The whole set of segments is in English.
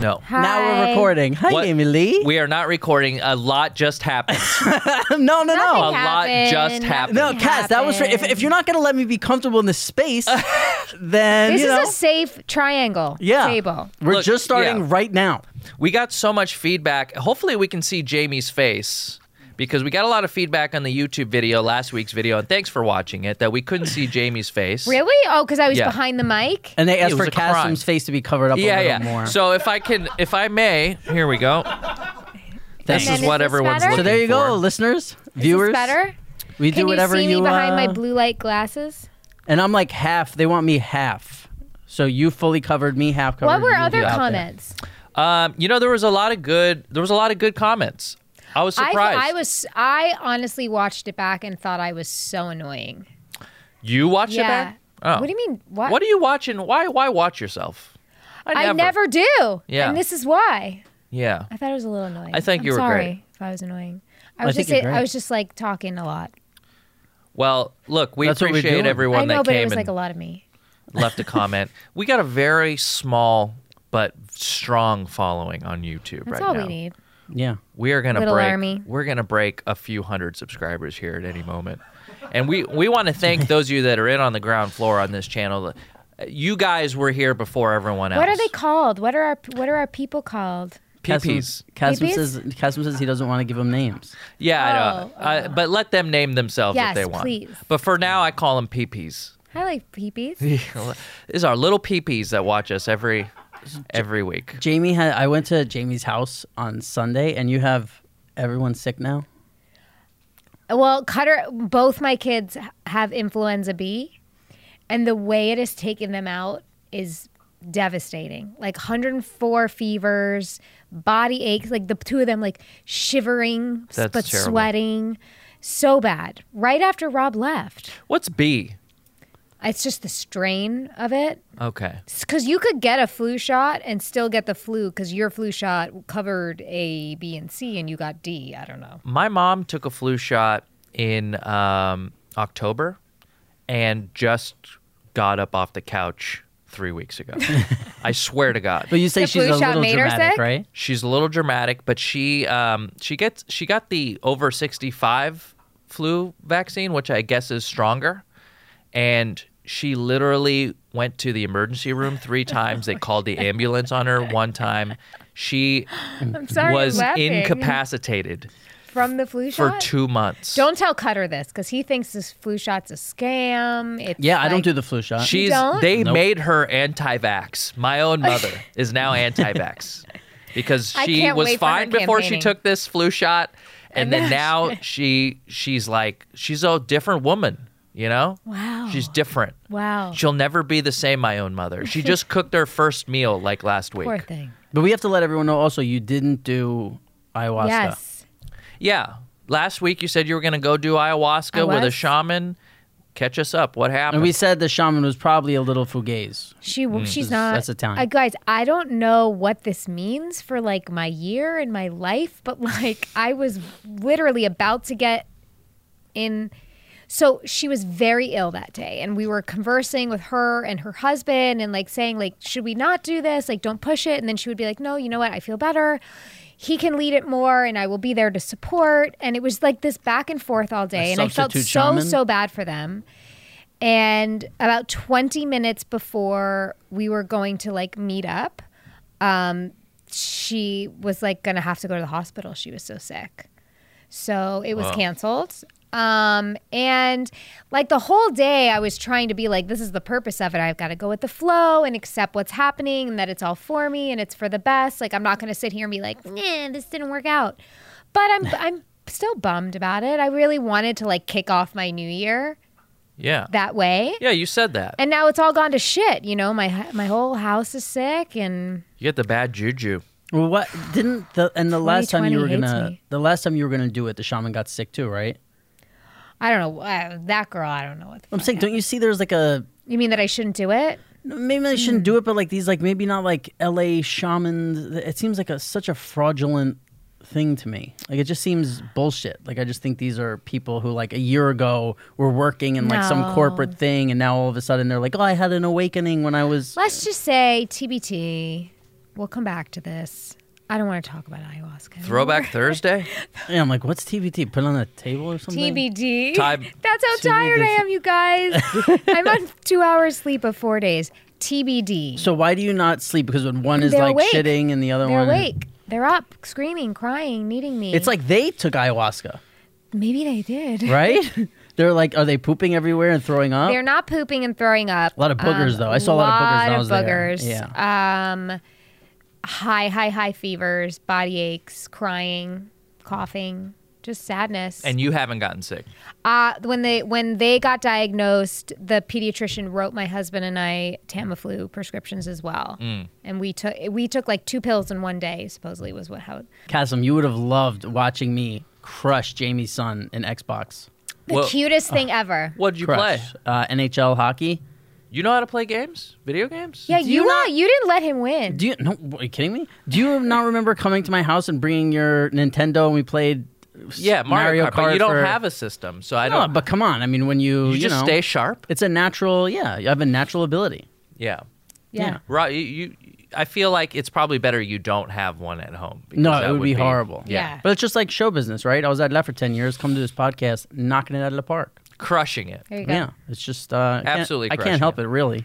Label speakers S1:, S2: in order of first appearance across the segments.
S1: No.
S2: Now we're
S3: Hi.
S2: recording. Hi,
S1: What-
S2: Emily.
S1: We are not recording. A lot just happened.
S2: no, no,
S3: Nothing
S1: A
S2: no.
S1: lot just happened.
S2: No, Cass, that was for, if, if you're not going to let me be comfortable in this space, then,
S3: This
S2: you know.
S3: is a safe triangle
S2: yeah.
S3: table.
S2: We're
S1: Look,
S2: just starting
S1: yeah.
S2: right now.
S1: we got so much feedback. Hopefully, we can see Jamie's face because we got a lot of feedback on the YouTube video, last week's video, and thanks for watching it, that we couldn't see Jamie's face.
S3: Really? Oh, because I was
S1: Yeah.
S3: behind the mic.
S2: And they asked
S1: It was a
S2: for
S1: crime.
S2: Casim's face to be covered up
S1: Yeah,
S2: a
S1: yeah.
S2: little more.
S1: So if I can, if I may, here we go. This
S2: Thanks.
S3: And
S1: is
S3: then
S1: what
S3: is this
S1: everyone's
S3: better?
S1: looking
S2: So there you
S1: for.
S2: go, listeners,
S3: Is
S2: viewers.
S3: this better?
S2: We do
S3: Can you
S2: whatever
S3: see me
S2: you
S3: behind my
S2: uh,
S3: blue light glasses?
S2: And I'm like half. They want me half. So you fully covered me, half covered.
S3: What were
S2: you
S3: other
S2: out there.
S3: comments?
S1: Um, you know, there was a lot of good. There was a lot of good comments. I was
S3: I,
S1: surprised.
S3: I was I honestly watched it back and thought I was so annoying.
S1: You watch it
S3: Yeah.
S1: back? Oh.
S3: What do you mean? What?
S1: What? are you watching? Why? Why watch yourself?
S3: I never do.
S1: Yeah.
S3: And this is why.
S1: Yeah.
S3: I thought it was a little annoying.
S1: I think
S3: I'm
S1: you were
S3: sorry
S1: great.
S3: If I was annoying, I
S2: I
S3: was
S2: think
S3: just
S2: you're
S3: I- I
S2: great.
S3: was just like talking a lot.
S1: Well, look, we
S2: That's what we're
S1: appreciate
S2: doing.
S1: everyone
S3: I know,
S1: that
S3: but
S1: came
S3: it was
S1: and
S3: like a lot of me.
S1: left a comment. We got a very small but strong following on YouTube
S3: That's
S1: right
S3: all
S1: now.
S3: we need.
S2: Yeah.
S1: We are gonna
S3: Little
S1: break.
S3: army.
S1: We're gonna break a few hundred subscribers here at any moment, and we we want to thank those of you that are in on the ground floor on this channel. Uh, You guys were here before everyone else.
S3: What are they called? What are our What are our people called?
S1: PPs.
S2: Casim
S3: PPs?
S2: says Casim says he doesn't want to give them names.
S1: Yeah,
S3: Oh,
S1: I know. Uh, but let them name themselves
S3: Yes,
S1: if they want.
S3: please.
S1: But for now, I call them peepees.
S3: I like peepees.
S1: These are our little peepees that watch us every every week.
S2: Jamie had I went to Jamie's house on Sunday and you have everyone sick now?
S3: Well, Cutter, both my kids have influenza B, and the way it has taken them out is devastating. Like 104 fevers, body aches, like the two of them like shivering
S1: That's
S3: but
S1: terrible.
S3: sweating so bad right after Rob left.
S1: What's B?
S3: It's just the strain of it.
S1: Okay.
S3: Because you could get a flu shot and still get the flu because your flu shot covered A, B, and C, and you got D. I don't know.
S1: My mom took a flu shot in um, October and just got up off the couch three weeks ago. I swear to God.
S2: But you say
S3: The
S2: she's
S3: flu
S2: a
S3: shot
S2: little
S3: made her
S2: dramatic,
S3: sick?
S2: right?
S1: She's a little dramatic, but she um, she gets she got the over sixty five flu vaccine, which I guess is stronger, and she literally went to the emergency room three times. They called the ambulance on her one time. She
S3: I'm sorry. I'm
S1: was
S3: laughing.
S1: incapacitated
S3: from the flu
S1: for
S3: shot.
S1: two months.
S3: Don't tell Cutter this because he thinks this flu shot's a scam. It's
S2: Yeah, I don't
S3: like-
S2: do the flu shot.
S1: Uh, She's
S3: don't?
S1: they
S2: Nope.
S1: made her anti-vax. My own mother is now anti-vax because
S3: I
S1: she
S3: can't
S1: was
S3: wait for her
S1: fine before she
S3: campaigning.
S1: took this flu shot, and then now she she's like she's a different woman. You know,
S3: Wow.
S1: she's different.
S3: Wow.
S1: She'll never be the same. My own mother. She just cooked her first meal like last week.
S3: Poor thing.
S2: But we have to let everyone know also you didn't do ayahuasca.
S3: Yes.
S1: Yeah, last week you said you were going to go do ayahuasca
S3: I
S1: with a
S3: was.
S1: shaman. Catch us up. What happened?
S2: And we said the shaman was probably a little fugaze.
S3: She she's not.
S2: Mm, that's Italian.
S3: I, guys, I don't know what this means for like my year and my life, but like I was literally about to get in. So she was very ill that day, and we were conversing with her and her husband, and like saying like, should we not do this? Like, don't push it. And then she would be like, no, you know what? I feel better. He can lead it more, and I will be there to support. And it was like this back and forth all day,
S2: A
S3: and I felt so
S2: substitute shaman?
S3: so bad for them. And about 20 minutes before we were going to like meet up, um, she was like going to have to go to the hospital. She was so sick. So it was
S1: Wow.
S3: canceled. Um, and like the whole day, I was trying to be like, this is the purpose of it. I've got to go with the flow and accept what's happening and that it's all for me and it's for the best. Like, I'm not going to sit here and be like, nah, this didn't work out. But I'm, I'm still bummed about it. I really wanted to like kick off my new year
S1: yeah,
S3: that way.
S1: yeah. You said that.
S3: And now it's all gone to shit. You know, my my whole house is sick, and
S1: You get the bad juju.
S2: Well, what didn't the and the last time you were
S3: 2020 hates
S2: gonna
S3: me.
S2: the last time you were gonna do it, the shaman got sick too, right?
S3: I don't know uh, that girl. I don't know what. The
S2: I'm
S3: fuck
S2: saying, don't you see? There's like a
S3: You mean that I shouldn't do it?
S2: maybe I shouldn't
S3: Hmm.
S2: do it, but like these like maybe not like L.A. shamans. It seems like a such a fraudulent thing to me. Like it just seems bullshit. Like I just think these are people who like a year ago were working in like
S3: No.
S2: some corporate thing, and now all of a sudden they're like, oh, I had an awakening when I was.
S3: Let's just say TBT. We'll come back to this. I don't want to talk about ayahuasca. anymore.
S1: Throwback Thursday.
S2: Yeah, I'm like, what's TBT? Put it on a table or something?
S3: TBD.
S1: Time-
S3: That's how tired I
S2: TBD.
S3: am, you guys. I'm on two hours sleep of four days. TBD.
S2: So why do you not sleep? Because when one is
S3: They're
S2: like
S3: awake.
S2: shitting and the other
S3: They're
S2: one,
S3: awake. They're up, screaming, crying, needing me.
S2: it's like they took ayahuasca,
S3: maybe they did.
S2: right? They're like, are they pooping everywhere and throwing up?
S3: They're not pooping and throwing up. Um,
S2: A lot of boogers, though. I saw a lot of boogers when I was there.
S3: boogers. Um, high, high, high fevers, body aches, crying, coughing, just sadness.
S1: And you haven't gotten sick.
S3: Uh, when they when they got diagnosed, the pediatrician wrote my husband and I Tamiflu prescriptions as well, and we took we took like two pills in one day. Supposedly was what how
S2: Casim, you would have loved watching me crush Jamie's son in Xbox.
S3: the
S1: Well-
S3: cutest thing ever.
S1: What did you play?
S2: Crush uh, NHL hockey.
S1: You know how to play games? Video games?
S3: Yeah,
S2: Do
S3: you
S2: you
S3: you,
S2: not-
S3: you didn't let him win.
S2: Do you no? Are you kidding me? Do you not remember coming to my house and bringing your Nintendo and we played? s-
S1: Yeah, Mario, Kart, but you don't
S2: for-
S1: have a system, so I
S2: No,
S1: don't.
S2: but come on. I mean, when you
S1: you,
S2: you,
S1: just
S2: know,
S1: stay sharp.
S2: it's a natural. Yeah, you have a natural ability.
S1: Yeah,
S3: yeah.
S2: yeah.
S1: right. You, you, I feel like it's probably better you don't have one at home. because
S2: No,
S1: that
S2: it would, be, horrible.
S3: Yeah.
S2: but it's just like show business, right? I was at Left for ten years. Come to this podcast, knocking it out of the park.
S1: crushing it.
S3: There you go.
S2: Yeah, it's just uh, I can't-
S1: Absolutely
S2: I can't
S1: crushing
S2: help
S1: it.
S2: it, really.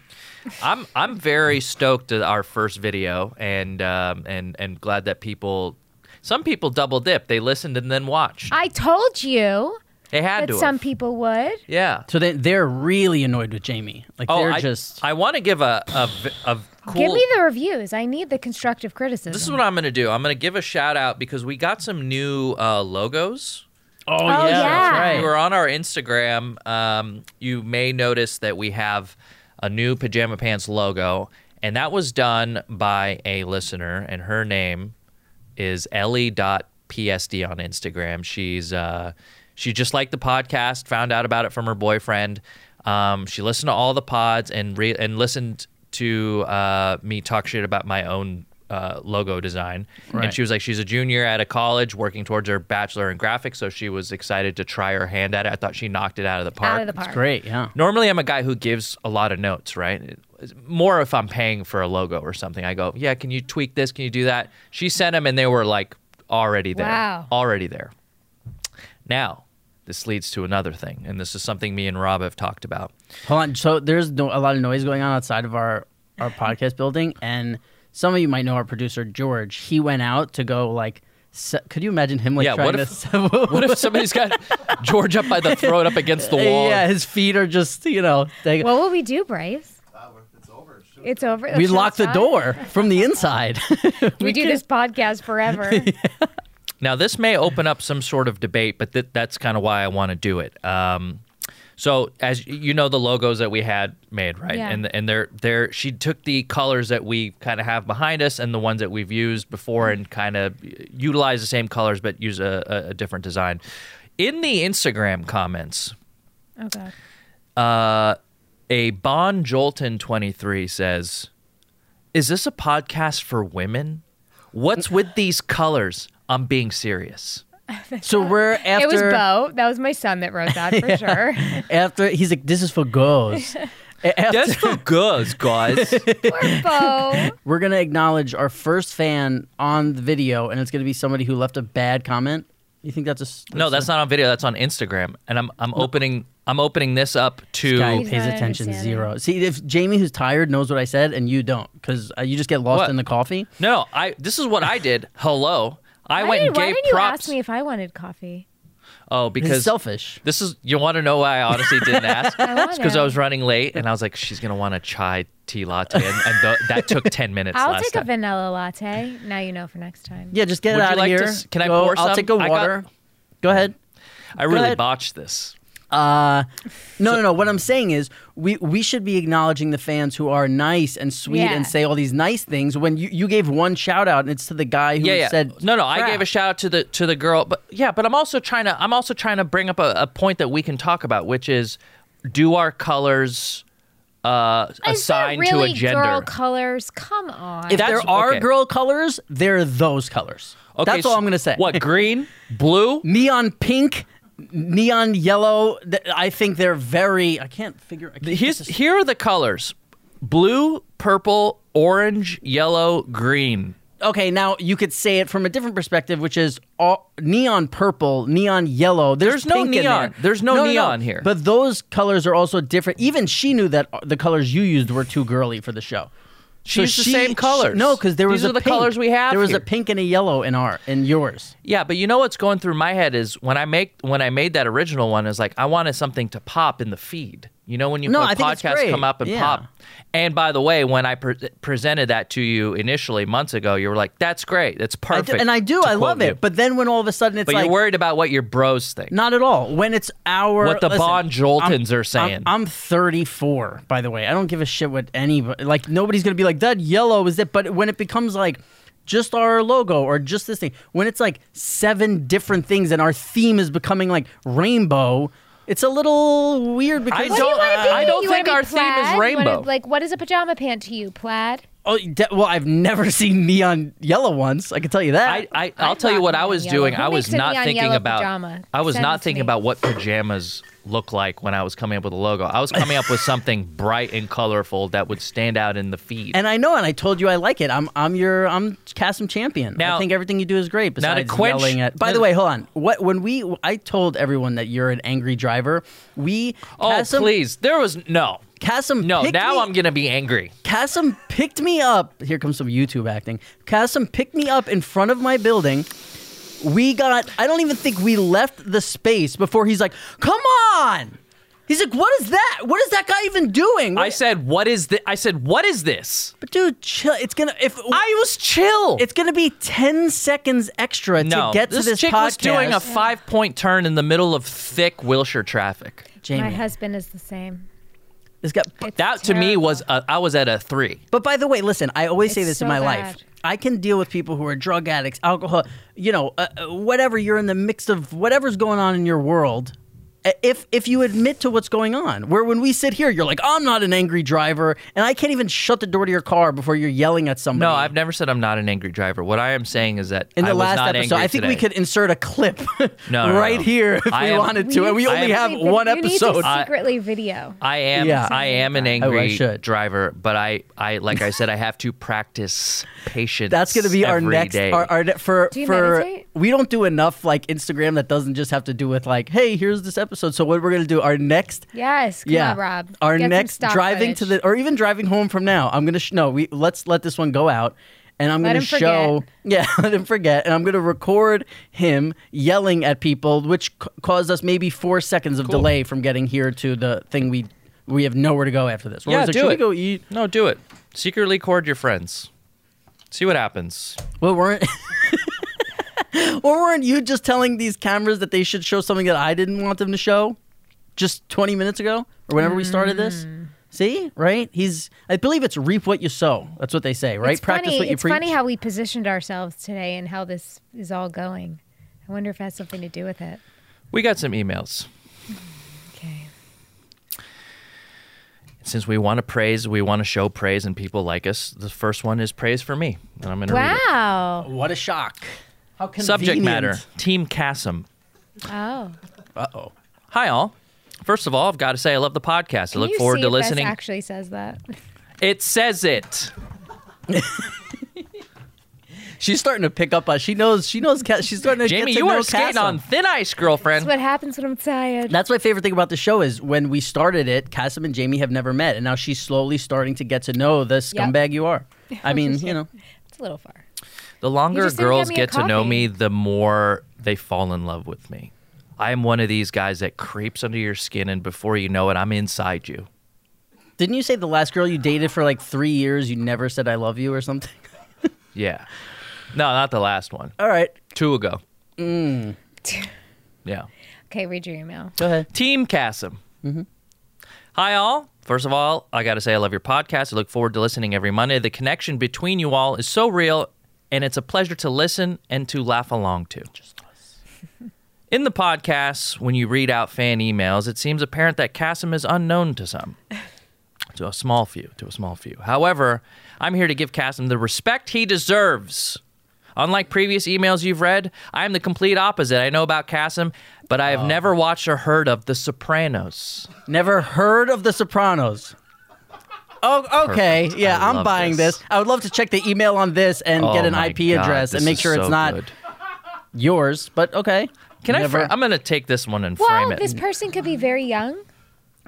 S1: I'm I'm very stoked at our first video, and um, and and glad that people. Some people double dip. They listened and then watched.
S3: I told you
S1: They had
S3: that
S1: to.
S3: some
S1: have.
S3: people would.
S1: yeah.
S2: So they they're really annoyed with Jamie. Like
S1: Oh,
S2: they're
S1: I,
S2: just
S1: I want to give a a, v- a cool.
S3: Give me the reviews. I need the constructive criticism.
S1: This is what I'm going to do. I'm going to give a shout out because we got some new uh, logos.
S2: oh,
S3: yeah, yeah. that's
S1: If
S3: right.
S1: you were on our Instagram, um, you may notice that we have a new Pajama Pants logo, and that was done by a listener, and her name is Ellie.psd on Instagram. She's uh, she just liked the podcast, found out about it from her boyfriend. Um, she listened to all the pods and re- and listened to uh, me talk shit about my own uh, logo design, and
S2: Right.
S1: she was like, she's a junior at a college working towards her bachelor in graphics, so she was excited to try her hand at it. I thought she knocked it out of the park.
S3: Out of the park.
S2: great. Yeah,
S1: Normally, I'm a guy who gives a lot of notes, right? More if I'm paying for a logo or something. I go, yeah, can you tweak this? Can you do that? She sent them, and they were like already there,
S3: Wow.
S1: already there. Now, this leads to another thing, and this is something me and Rob have talked about.
S2: Hold on. So there's no, a lot of noise going on outside of our our podcast building, and some of you might know our producer George. He went out to go like. Se- could you imagine him like
S1: Yeah,
S2: trying
S1: what
S2: to?
S1: if-
S2: se-
S1: What if somebody's got George up by the throat, up against the wall?
S2: yeah, his feet are just you know. They,
S3: What will we do, Braves? It's over.
S2: we
S3: It's
S2: lock the
S3: showtime.
S2: door from the inside.
S3: We, do this podcast forever.
S1: Now, this may open up some sort of debate, but th- that's kind of why I want to do it. Um, so, as you know, the logos that we had made, right?
S3: Yeah.
S1: And and they're they're she took the colors that we kind of have behind us and the ones that we've used before, and kind of utilize the same colors but use a, a, a different design. In the Instagram comments,
S3: oh God.
S1: uh, a Bon Jolton twenty three says, "Is this a podcast for women? What's with these colors? I'm being serious."
S2: so we're after.
S3: It was Bo. That was my son that wrote that for sure.
S2: After he's like, this is for girls. A- after-
S1: That's for girls, guys.
S3: Poor Bo.
S2: we're gonna acknowledge our first fan on the video, and it's gonna be somebody who left a bad comment. You think that's a s-
S1: no, that's not on video. That's on Instagram, and I'm I'm opening I'm opening this up to
S2: guy
S3: He's
S2: pays
S3: not
S2: attention
S3: understanding.
S2: zero. See, if Jamie, who's tired, knows what I said and you don't, because uh, you just get lost
S1: What?
S2: in the coffee.
S1: no. I this is what I did. Hello, I
S3: Why
S1: went
S3: did,
S1: and
S3: why
S1: gave
S3: didn't
S1: props.
S3: you ask me if I wanted coffee?
S1: oh,
S2: Because
S1: because
S2: it's selfish.
S1: this is you want to know why I honestly didn't ask?
S3: I
S1: It's because I
S3: wanna.
S1: was running late, and I was like, she's gonna want a chai tea latte, and, and th- that took ten minutes.
S3: I'll
S1: last
S3: take a
S1: time.
S3: vanilla latte. Now you know for next time.
S2: Yeah, just get
S1: Would
S2: it
S1: you
S2: out of
S1: like to
S2: here.
S1: s- can I
S2: Go-
S1: pour
S2: I'll
S1: some?
S2: take a
S1: I got-
S2: water. Go ahead.
S1: I really
S2: ahead.
S1: botched this.
S2: Uh, no, no, no. What I'm saying is, we we should be acknowledging the fans who are nice and sweet
S3: Yeah.
S2: and say all these nice things. When you, you gave one shout out, and it's to the guy who
S1: yeah, yeah.
S2: said,
S1: no, no. I
S2: crap.
S1: gave a shout out to the to the girl, but yeah, but I'm also trying to I'm also trying to bring up a, a point that we can talk about, which is do our colors uh,
S3: Is there
S1: assign
S3: really
S1: to a gender?
S3: girl colors? Come on.
S2: If
S1: That's-
S2: there are
S1: okay.
S2: girl colors, they're those colors. that's all
S1: so
S2: I'm gonna say.
S1: What green, blue?
S2: neon pink, neon yellow. Th- I think they're very. I can't figure. I can't
S1: Here's
S2: get this-
S1: here are the colors. blue, purple, orange, yellow, green.
S2: Okay, now you could say it from a different perspective, which is all, neon purple, neon yellow. There's,
S1: There's no
S2: pink in
S1: neon.
S2: there.
S1: There's no neon here.
S2: But those colors are also different. Even she knew that uh, the colors you used were too girly for the show. So
S1: She's the
S2: she-
S1: same colors.
S2: she- no, because there was
S1: These
S2: a
S1: are the
S2: pink.
S1: colors we have
S2: There was
S1: here.
S2: a pink and a yellow in our in yours.
S1: Yeah, but you know what's going through my head is when I make when I made that original one is like I wanted something to pop in the feed. You know when you
S2: No, I
S1: when
S2: think it's
S1: podcasts
S2: great.
S1: come up and
S2: Yeah.
S1: pop. And by the way, when I pre- presented that to you initially months ago, you were like, "That's great. That's
S2: I
S1: perfect."
S2: do, and I do.
S1: to
S2: I
S1: quote
S2: love it.
S1: you.
S2: But then when all of a sudden it's
S1: But
S2: like
S1: you're worried about what your bros think.
S2: Not at all. When it's our
S1: What the
S2: listen,
S1: Bon Joltons
S2: I'm-
S1: are saying.
S2: I'm, I'm 34, by the way. I don't give a shit what anybody like. Nobody's gonna be like that. Yellow is it? But when it becomes like just our logo or just this thing, when it's like seven different things and our theme is becoming like rainbow, it's a little weird because
S1: I don't-
S3: you wanna be?
S1: I don't
S3: You wanna
S1: think
S3: be
S1: our theme is
S3: plaid? You wanna-
S1: rainbow.
S3: like, what is a pajama pant to you? Plaid?
S2: Oh, de- well, I've never seen neon yellow ones. I can tell you that.
S1: I, I I'll
S3: I'd
S1: tell you
S3: rock
S1: what
S3: neon
S1: I was
S3: yellow.
S1: doing.
S3: Who
S1: I was
S3: makes a
S1: not
S3: neon
S1: thinking
S3: yellow
S1: about
S3: pajama?
S1: I was
S3: Send it
S1: not
S3: to
S1: thinking
S3: me.
S1: about what pajamas look like when I was coming up with a logo. I was coming up with something bright and colorful that would stand out in the feed.
S2: and I know, and I told you I like it. I'm, I'm your, I'm Casim champion.
S1: Now-
S2: I think everything you do is great.
S1: now to
S2: Besides
S1: quench-
S2: yelling at. By the way, hold on. What when we, I told everyone that you're an angry driver. We,
S1: oh
S2: Casim,
S1: please, there was no.
S2: Casim,
S1: No,
S2: picked
S1: now
S2: me,
S1: I'm gonna be angry.
S2: Casim picked me up. Here comes some YouTube acting. Casim picked me up in front of my building. We got. I don't even think we left the space before he's like, "Come on." He's like, "What is that? What is that guy even doing?"
S1: I said, "What is this?" I said, "What is this?"
S2: but dude, chill. It's gonna if
S1: I was chill.
S2: It's going to be 10 seconds extra
S1: no,
S2: to get
S1: this,
S2: to this
S1: chick
S2: podcast.
S1: was doing a five-point turn in the middle of thick Wilshire traffic.
S2: Jamie,
S3: My husband is the same.
S2: this guy-
S3: It's
S1: That to me
S3: terrible.
S1: was a, I was at a three.
S2: But by the way, listen, I always say
S3: It's
S2: this
S3: so
S2: in my
S3: bad.
S2: life. I can deal with people who are drug addicts, alcohol, you know, uh, uh, whatever. You're in the mix of whatever's going on in your world. Uh, If if you admit to what's going on, where when we sit here, you're like, I'm not an angry driver, and I can't even shut the door to your car before you're yelling at somebody.
S1: No, I've never said I'm not an angry driver. What I am saying is that
S2: in the
S1: I was
S2: last
S1: not
S2: episode,
S1: angry
S2: I think we
S1: today.
S2: could insert a clip
S1: No, no, no,
S2: right
S1: no.
S2: here if
S1: I
S2: we
S1: am-
S2: wanted to, and we
S1: I
S2: only
S1: am-
S2: have
S3: Secretly vid-
S2: one
S3: you need to
S2: episode.
S3: secretly video.
S1: I am
S2: Yeah.
S1: I am an
S2: Oh, I
S1: angry
S2: should.
S1: driver, but I, I like I said I have to practice patience.
S2: That's going to be our
S1: every
S2: next
S1: day.
S2: our, our ne- for
S3: Do you
S2: for
S3: meditate?
S2: we don't do enough like Instagram that doesn't just have to do with like hey here's this episode so what we're going to do our next
S3: Yes, come
S2: yeah
S3: on, Rob.
S2: our
S3: Get some
S2: next
S3: stock
S2: driving to
S3: footage.
S2: the or even driving home from now I'm going to sh- no we let's let this one go out and I'm
S3: Let
S2: going to
S3: him
S2: show yeah let him forget and I'm going to record him yelling at people which ca- caused us maybe 4 seconds of delay from getting here to the thing we we have nowhere to go after this. We're
S1: Yeah,
S2: always like,
S1: do
S2: "Should we
S1: it.
S2: go eat?
S1: No, do it. Secretly cord your friends. See what happens.
S2: Well, weren't or weren't you just telling these cameras that they should show something that I didn't want them to show just 20 minutes ago or whenever we started this?
S3: Mm.
S2: See, right? He's I believe it's reap what you sow. That's what they say, right?
S3: It's
S2: Practice
S3: funny,
S2: what you
S3: it's
S2: preach.
S3: funny how we positioned ourselves today and how this is all going. I wonder if it has something to do with it.
S1: We got some emails.
S3: Okay.
S1: Since we want to praise, we want to show praise and people like us. The first one is praise for me. And I'm gonna read it.
S3: Wow.
S2: what a shock. How convenient.
S1: Subject matter. Team Cassim.
S3: Oh.
S2: Uh-oh.
S1: Hi all. First of all, I've got to say I love the podcast. I
S3: Can
S1: look
S3: you
S1: forward
S3: see
S1: to
S3: if this
S1: listening.
S3: actually says that.
S1: It says it.
S2: She's starting to pick up on. She knows she knows Ca- she's starting to
S1: Jamie,
S2: get to
S1: you
S2: know
S1: are skating
S2: Cassim.
S1: on thin ice, girlfriend.
S3: That's what happens when I'm tired.
S2: That's my favorite thing about the show is when we started it, Cassim and Jamie have never met, and now she's slowly starting to get to know the scumbag you are. I mean, you know,
S3: It's a little far.
S1: The longer
S3: just didn't get
S1: girls
S3: me a
S1: get to know
S3: coffee.
S1: me, the more they fall in love with me. I am one of these guys that creeps under your skin, and before you know it, I'm inside you.
S2: didn't you say the last girl you dated for like three years, you never said I love you or something?
S1: Yeah. No, not the last one.
S2: All right,
S1: Two ago. Yeah.
S3: Okay, read your email.
S2: go ahead.
S1: Team Cassim. Hi, all. First of all, I got to say, I love your podcast. I look forward to listening every Monday. The connection between you all is so real, and it's a pleasure to listen and to laugh along to. In the podcast, when you read out fan emails, it seems apparent that Cassim is unknown to some. to a small few, to a small few. However, I'm here to give Cassim the respect he deserves. Unlike previous emails you've read, I am the complete opposite. I know about Cassim, but
S2: Oh.
S1: I have never watched or heard of The Sopranos.
S2: Never heard of The Sopranos. Oh, okay.
S1: Perfect.
S2: Yeah,
S1: I
S2: I'm
S1: love
S2: buying this.
S1: this.
S2: I would love to check the email on this and
S1: Oh
S2: get an
S1: my
S2: IP
S1: God,
S2: address
S1: this
S2: and make
S1: is
S2: sure it's
S1: so
S2: not
S1: good.
S2: yours. But okay.
S1: Can I?
S2: Never-
S1: Fra- I'm gonna take this one and frame
S3: Well,
S1: it.
S3: this person could be very young.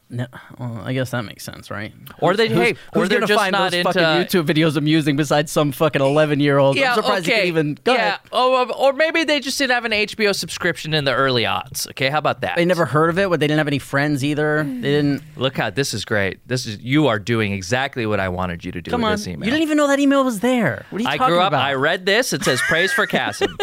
S2: No, well, I guess that makes sense, right?
S1: Or they-
S2: Who's-
S1: hey,
S2: who's
S1: or they're
S2: gonna
S1: just
S2: find
S1: not
S2: those fucking
S1: into-
S2: YouTube videos amusing besides some fucking eleven year old? I'm surprised you
S1: okay.
S2: could even. Go
S1: yeah.
S2: ahead.
S1: Oh, or or maybe they just didn't have an HBO subscription in the early aughts. Okay, how about that?
S2: They never heard of it, but they didn't have any friends either. They didn't.
S1: Look how this is great. This is you are doing exactly what I wanted you to do
S2: Come
S1: with
S2: on,
S1: this
S2: you
S1: email.
S2: didn't even know that email was there. What are you
S1: I
S2: talking
S1: grew up.
S2: about?
S1: I read this. It says praise for Cassim.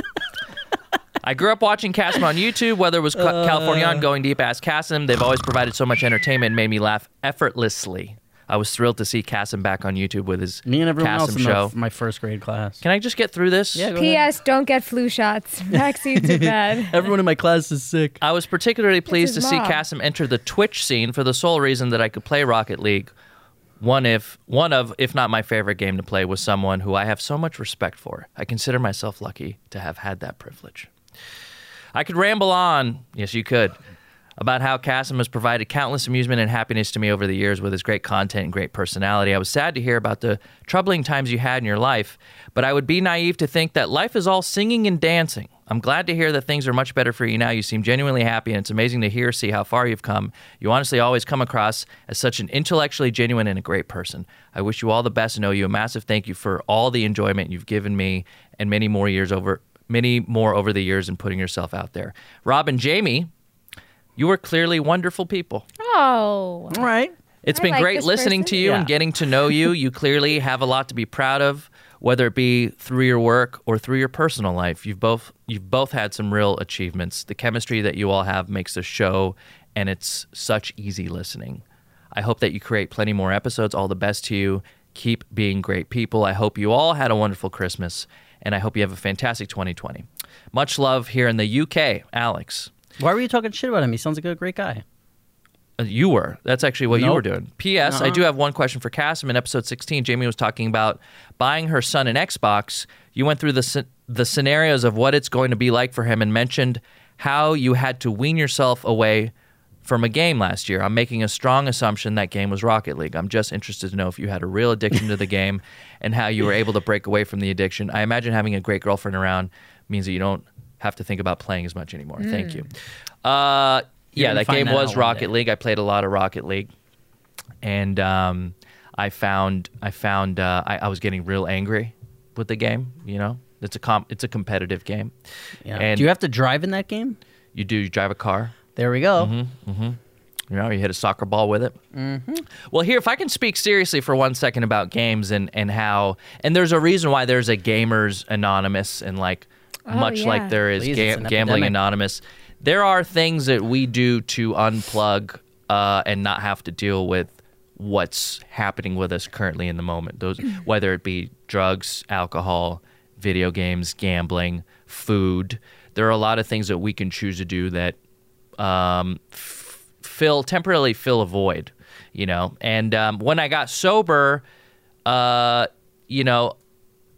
S1: I grew up watching Cassim on YouTube, whether it was Ca- California
S2: Uh.
S1: on Going Deep Ass Cassim. They've always provided so much entertainment, and made me laugh effortlessly. I was thrilled to see Cassim back on YouTube with his
S2: Me and everyone else
S1: Cassim
S2: in the-
S1: show.
S2: my first grade class.
S1: Can I just get through this?
S2: Yeah, go ahead.
S3: P.S. Don't get flu shots. Vaccines are bad.
S2: Everyone in my class is sick.
S1: I was particularly pleased to
S3: his
S1: see
S3: mom.
S1: Cassim enter the Twitch scene for the sole reason that I could play Rocket League. One if one of, if not my favorite game to play, was someone who I have so much respect for. I consider myself lucky to have had that privilege. I could ramble on, yes you could, about how Cassim has provided countless amusement and happiness to me over the years with his great content and great personality. I was sad to hear about the troubling times you had in your life, but I would be naive to think that life is all singing and dancing. I'm glad to hear that things are much better for you now. You seem genuinely happy, and it's amazing to hear, see how far you've come. You honestly always come across as such an intellectually genuine and a great person. I wish you all the best and owe you a massive thank you for all the enjoyment you've given me and many more years over many more over the years and putting yourself out there. Rob and Jamie, you are clearly wonderful people.
S3: Oh.
S2: All right.
S1: It's
S3: I
S1: been
S3: like
S1: great
S3: this
S1: listening
S3: person.
S1: to you
S2: Yeah.
S1: and getting to know you. You clearly have a lot to be proud of, whether it be through your work or through your personal life. You've both you've both had some real achievements. The chemistry that you all have makes the show and it's such easy listening. I hope that you create plenty more episodes. All the best to you. Keep being great people. I hope you all had a wonderful Christmas and I hope you have a fantastic 2020. Much love here in the UK, Alex.
S2: Why were you talking shit about him? He sounds like a great guy.
S1: Uh, You were. That's actually what you were
S2: Nope.
S1: doing. P.S. I
S2: Uh-uh.
S1: do have one question for Cassim. In episode 16, Jamie was talking about buying her son an Xbox. You went through the sce- the scenarios of what it's going to be like for him and mentioned how you had to wean yourself away from a game last year. I'm making a strong assumption that game was Rocket League. I'm just interested to know if you had a real addiction to the game and how you were able to break away from the addiction. I imagine having a great girlfriend around means that you don't have to think about playing as much anymore. Thank
S2: Hmm.
S1: you. Uh, yeah,
S2: gonna
S1: that
S2: find
S1: game
S2: that
S1: was
S2: out one
S1: Rocket
S2: day.
S1: League. I played a lot of Rocket League, and um, I found I found uh, I, I was getting real angry with the game. You know, it's a comp, it's a competitive game,
S2: Yeah.
S1: and
S2: Do you have to drive in that game?
S1: you do you drive a car.
S2: There we go.
S1: Mm-hmm. You know, you hit a soccer ball with it. Mm-hmm. Well, here, if I can speak seriously for one second about games and, and how, and there's a reason why there's a Gamers Anonymous and like much
S2: Oh,
S3: yeah.
S1: like there is
S2: Please,
S1: ga-
S2: it's an
S1: Gambling
S2: epidemic.
S1: Anonymous, there are things that we do to unplug uh, and not have to deal with what's happening with us currently in the moment. Those, whether it be drugs, alcohol, video games, gambling, food, there are a lot of things that we can choose to do that um, f- fill temporarily fill a void, you know. And um, when I got sober, uh, you know,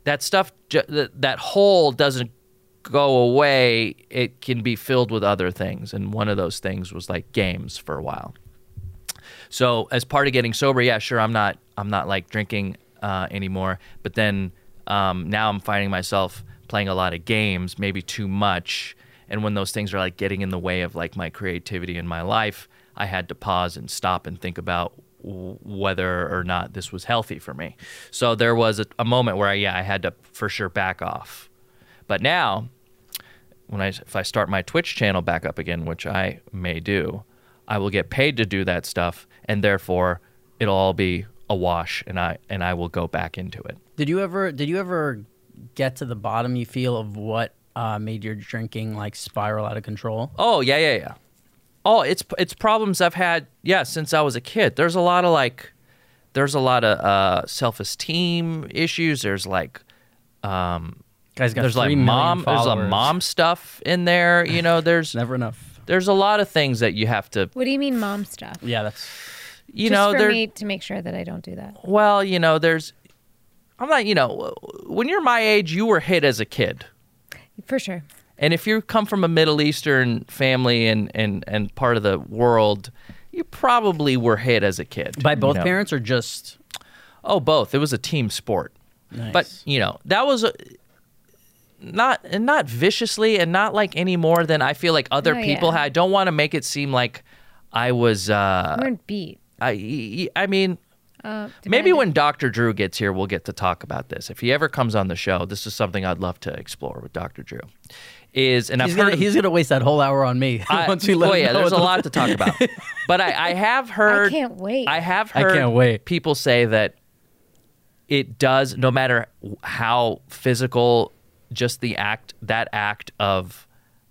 S1: that stuff ju- that, that hole doesn't go away. It can be filled with other things, and one of those things was like games for a while. So as part of getting sober, yeah, sure, I'm not I'm not like drinking uh, anymore. But then um, now I'm finding myself playing a lot of games, maybe too much. And when those things are like getting in the way of like my creativity in my life, I had to pause and stop and think about w- whether or not this was healthy for me. So there was a, a moment where I, yeah, I had to for sure back off. But now when I if I start my Twitch channel back up again, which I may do, I will get paid to do that stuff, and therefore it'll all be a wash, and I and I will go back into it.
S2: Did you ever? Did you ever get to the bottom? You feel of what uh, made your drinking like spiral out of control?
S1: Oh yeah yeah yeah. Oh it's it's problems I've had yeah since I was a kid. There's a lot of like, there's a lot of uh, self esteem issues. There's like
S2: Guys, got
S1: there's
S2: three
S1: like
S2: million
S1: mom there's a
S2: followers.
S1: mom stuff in there. You know there's
S2: Never enough.
S1: there's a lot of things that you have to
S3: What do you mean mom stuff?
S2: Yeah, that's
S1: you
S3: Just
S1: know
S3: for
S1: there.
S3: me to make sure that I don't do that.
S1: Well, you know, there's. I'm not, you know, when you're my age, you were hit as a kid.
S3: For sure.
S1: And if you come from a Middle Eastern family and, and, and part of the world, you probably were hit as a kid.
S2: by
S1: you
S2: both
S1: know?
S2: parents or just
S1: Oh, both. It was a team sport. But
S2: Nice.
S1: you know that was a, not and not viciously and not like any more than I feel like other
S3: Oh,
S1: people.
S3: yeah.
S1: had. I don't want to make it seem like I was. Uh,
S3: We weren't beat.
S1: I I mean,
S3: Uh,
S1: maybe
S3: demanded-
S1: when Dr. Drew gets here, we'll get to talk about this. If he ever comes on the show, this is something I'd love to explore with Dr. Drew. Is and
S2: He's
S1: I've
S2: gonna,
S1: heard
S2: he's gonna waste that whole hour on me
S1: I-
S2: once we let
S1: oh
S2: him
S1: yeah,
S2: know
S1: there's a
S2: what
S1: lot to talk about. But I, I have heard.
S3: can't wait.
S1: I have
S2: I
S1: heard.
S2: can't wait.
S1: People say that it does. No matter how physical, just the act that act of.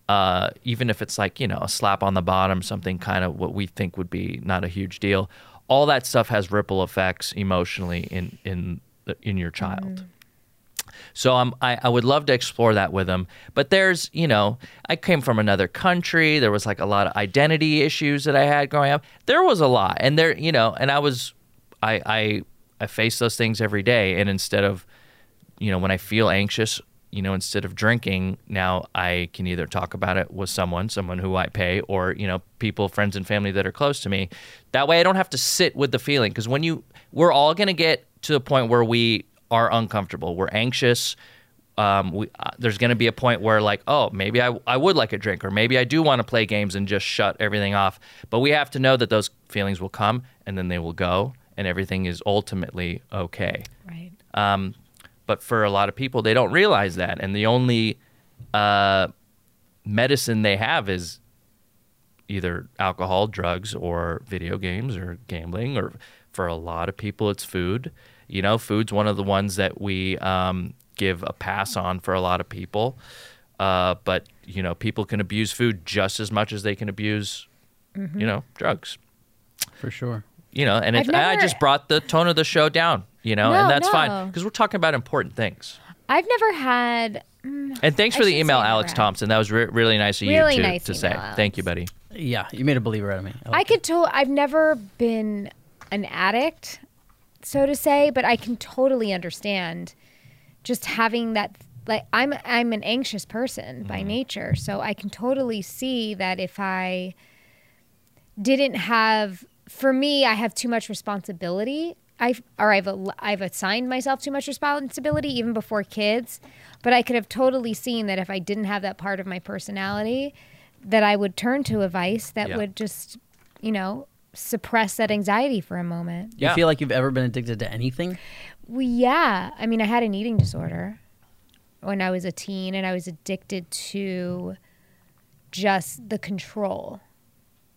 S1: Uh, even if it's like you know a slap on the bottom, something kind of what we think would be not a huge deal, all that stuff has ripple effects emotionally in in the, in your child. So I'm, I, I would love to explore that with him. But there's, you know, I came from another country. There was like a lot of identity issues that I had growing up. There was a lot, and there, you know, and I was, I, I, I face those things every day. And instead of, you know, when I feel anxious, you know, instead of drinking, now I can either talk about it with someone, someone who I pay, or you know, people, friends, and family that are close to me. That way, I don't have to sit with the feeling because when you, we're all gonna get to the point where we are uncomfortable. We're anxious. Um, we, uh, there's going to be a point where, like, oh, maybe I, I would like a drink, or maybe I do want to play games and just shut everything off. But we have to know that those feelings will come and then they will go, and everything is ultimately okay.
S3: Right.
S1: Um, but for a lot of people, they don't realize that, and the only uh, medicine they have is either alcohol, drugs, or video games, or gambling. Or for a lot of people, it's food. You know, food's one of the ones that we um, give a pass on for a lot of people. Uh, but you know, people can abuse food just as much as they can abuse, you know, drugs
S2: for sure.
S1: you know, and
S3: Mm-hmm. I've
S1: it's, I
S3: never-
S1: just brought the tone of the show down, you know,
S3: No,
S1: and that's
S3: no.
S1: fine because we're talking about important things.
S3: I've never had.
S1: And thanks
S3: I
S1: for the
S3: shouldn't
S1: email,
S3: say never
S1: Alex
S3: had.
S1: Thompson. That was re- really nice of
S3: Really
S1: you to,
S3: nice
S1: to
S3: email,
S1: say.
S3: Alex.
S1: Thank you, buddy.
S2: Yeah, you made a believer out of me. I
S3: I
S2: like
S3: could to. I've never been an addict, so to say, but I can totally understand just having that. Like I'm, I'm an anxious person by nature, so I can totally see that if I didn't have, for me, I have too much responsibility. I've or I've al- I've assigned myself too much responsibility even before kids, but I could have totally seen that if I didn't have that part of my personality, that I would turn to a vice that
S1: Yeah.
S3: would just, you know, suppress that anxiety for a moment.
S2: You
S1: Yeah.
S2: feel like you've ever been addicted to anything?
S3: Well, yeah. I mean, I had an eating disorder when I was a teen, and I was addicted to just the control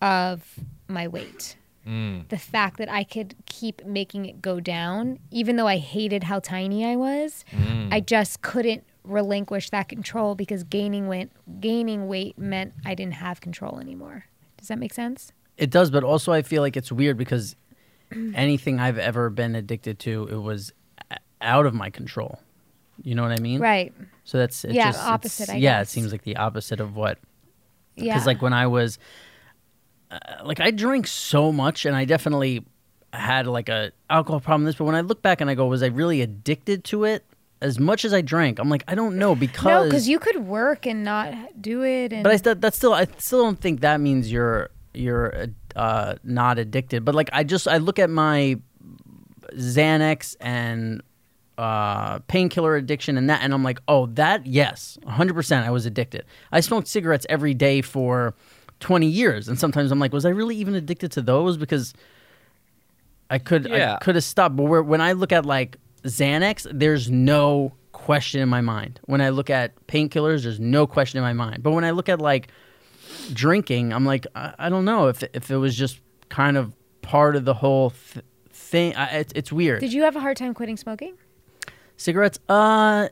S3: of my weight.
S2: Mm.
S3: The fact that I could keep making it go down, even though I hated how tiny I was,
S2: Mm.
S3: I just couldn't relinquish that control because gaining went gaining weight meant I didn't have control anymore. Does that make sense?
S2: It does, but also I feel like it's weird because anything I've ever been addicted to, it was a- out of my control. You know what I mean?
S3: Right.
S2: So that's it
S3: Yeah,
S2: just,
S3: opposite,
S2: it's-
S3: I
S2: yeah,
S3: guess.
S2: it seems like the opposite of what
S3: Yeah.
S2: because like when I was uh, like I drank so much and I definitely had like a alcohol problem this but when I look back and I go was I really addicted to it as much as I drank I'm like I don't know
S3: no,
S2: because
S3: because you could work and not do it. And
S2: but I st- that's still I still don't think that means you're you're uh, not addicted but like I just I look at my Xanax and uh, painkiller addiction and that and I'm like oh that yes 100% I was addicted I smoked cigarettes every day for 20 years and sometimes I'm like was I really even addicted to those because I could
S1: Yeah.
S2: I could have stopped but where, when I look at like Xanax there's no question in my mind when I look at painkillers there's no question in my mind but when I look at like drinking, I'm like, I, I don't know if if it was just kind of part of the whole th- thing. I, it's it's weird.
S3: Did you have a hard time quitting smoking?
S2: Cigarettes, uh, a,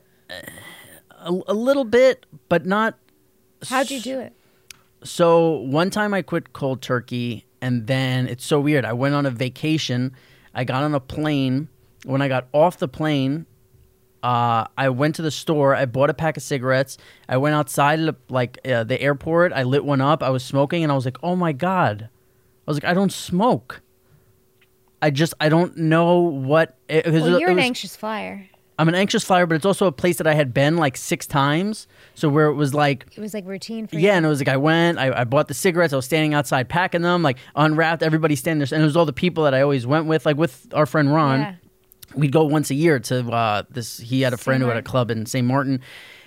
S2: a little bit, but not.
S3: How'd you do it?
S2: So one time I quit cold turkey, and then it's so weird. I went on a vacation. I got on a plane. When I got off the plane, uh, I went to the store. I bought a pack of cigarettes. I went outside of like uh, the airport. I lit one up. I was smoking, and I was like, "Oh my god!" I was like, "I don't smoke." I just I don't know what. It, it was,
S3: Well, you're
S2: it
S3: an
S2: was-
S3: anxious flyer.
S2: I'm an anxious flyer, but it's also a place that I had been like six times. So where it was like
S3: It was like routine for
S2: yeah,
S3: you.
S2: and it was like I went, I, I bought the cigarettes, I was standing outside packing them, like unwrapped, everybody standing there, and it was all the people that I always went with, like with our friend Ron.
S3: Yeah.
S2: we'd go once a year to uh, this. He had a friend who had a
S3: Martin.
S2: club in St. Martin,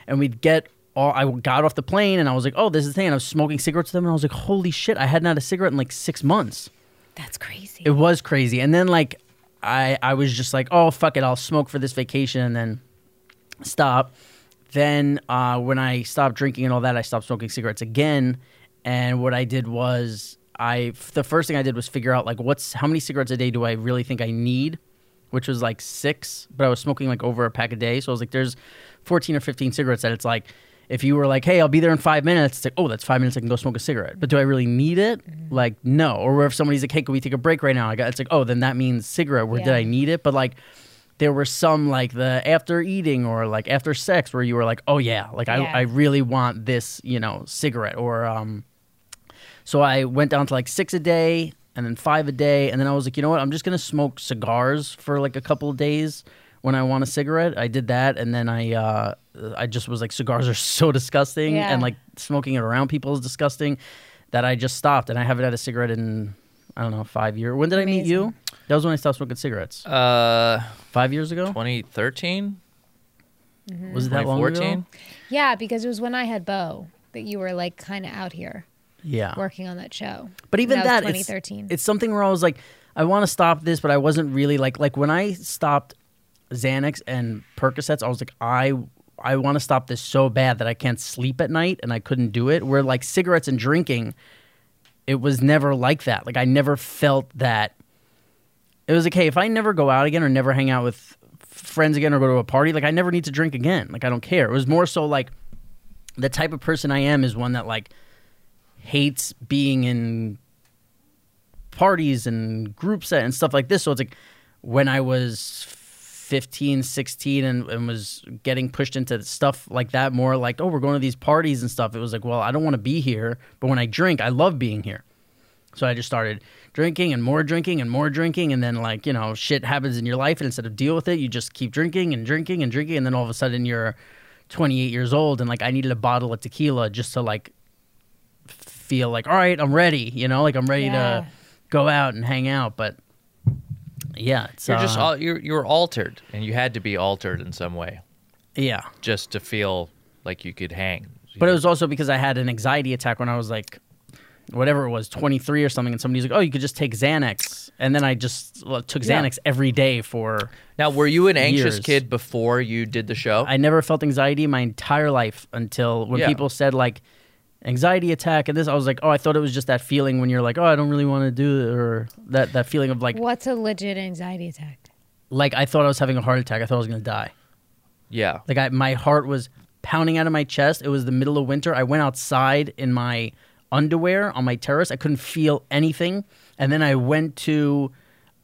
S2: and we'd get all. I got off the plane and I was like, "Oh, this is the thing." And I was smoking cigarettes with them, and I was like, "Holy shit! I hadn't had a cigarette in like six months."
S3: That's crazy.
S2: It was crazy. And then like, I I was just like, "Oh fuck it, I'll smoke for this vacation," and then stop. Then uh, when I stopped drinking and all that, I stopped smoking cigarettes again. And what I did was I the first thing I did was figure out like what's how many cigarettes a day do I really think I need, which was like six, but I was smoking like over a pack a day. So I was like, there's 14 or 15 cigarettes that it's like if you were like, hey, I'll be there in five minutes, it's like, oh, that's five minutes. I can go smoke a cigarette. But do I really need it? Like, no. Or if somebody's like, hey, can we take a break right now? I got, it's like, oh, then that means cigarette. Where did
S3: Yeah.
S2: I need it? But like, there were some like the after eating or like after sex where you were like, oh yeah, like
S3: Yeah.
S2: I, I really want this, you know, cigarette or um. So I went down to like six a day and then five a day, and then I was like, you know what, I'm just gonna smoke cigars for like a couple of days when I want a cigarette. I did that, and then I uh, I just was like, cigars are so disgusting,
S3: Yeah.
S2: and like smoking it around people is disgusting, that I just stopped, and I haven't had a cigarette in. I don't know, five years. When did I meet
S3: Amazing.
S2: you? That was when I stopped smoking cigarettes.
S1: Uh,
S2: Five years ago?
S1: 2013,
S2: Was it that long
S1: 2014.
S2: ago?
S3: yeah, because it was when I had Bo that you were like kind of out here
S2: Yeah.
S3: working on that show.
S2: But
S3: And
S2: even
S3: that,
S2: that,
S3: was
S2: it's-
S3: 2013.
S2: It's, something where I was like, I want to stop this, but I wasn't really like like when I stopped Xanax and Percocets, I was like, I I want to stop this so bad that I can't sleep at night, and I couldn't do it. Where like cigarettes and drinking, it was never like that. Like I never felt that. It was like, hey, if I never go out again or never hang out with f- friends again or go to a party, like I never need to drink again. Like I don't care. It was more so like the type of person I am is one that like hates being in parties and group set and stuff like this. So it's like when I was 15, 16 and, and was getting pushed into stuff like that more like, oh, we're going to these parties and stuff. It was like, well, I don't want to be here. But when I drink, I love being here. So I just started drinking and more drinking and more drinking. And then, like, you know, shit happens in your life. And instead of deal with it, you just keep drinking and drinking and drinking. And then all of a sudden you're 28 years old. And like, I needed a bottle of tequila just to like feel like, all right, I'm ready, you know, like I'm ready
S3: Yeah.
S2: to go out and hang out. But yeah, it's
S1: You're just
S2: uh,
S1: all you're you're altered, and you had to be altered in some way
S2: yeah.
S1: just to feel like you could hang.
S2: But it was also because I had an anxiety attack when I was like, whatever it was, 23 or something. And somebody's like, oh, you could just take Xanax. And then I just well, took
S1: Yeah.
S2: Xanax every day for.
S1: now. Were you an anxious
S2: years.
S1: kid before you did the show?
S2: I never felt anxiety my entire life until when
S1: Yeah.
S2: people said like anxiety attack and this, I was like, oh, I thought it was just that feeling when you're like, oh, I don't really want to do it, or that that feeling of like,
S3: What's a legit anxiety attack?
S2: like I thought I was having a heart attack. I thought I was gonna die.
S1: yeah.
S2: Like I, my heart was pounding out of my chest. It was the middle of winter. I went outside in my underwear on my terrace. I couldn't feel anything. And then I went to,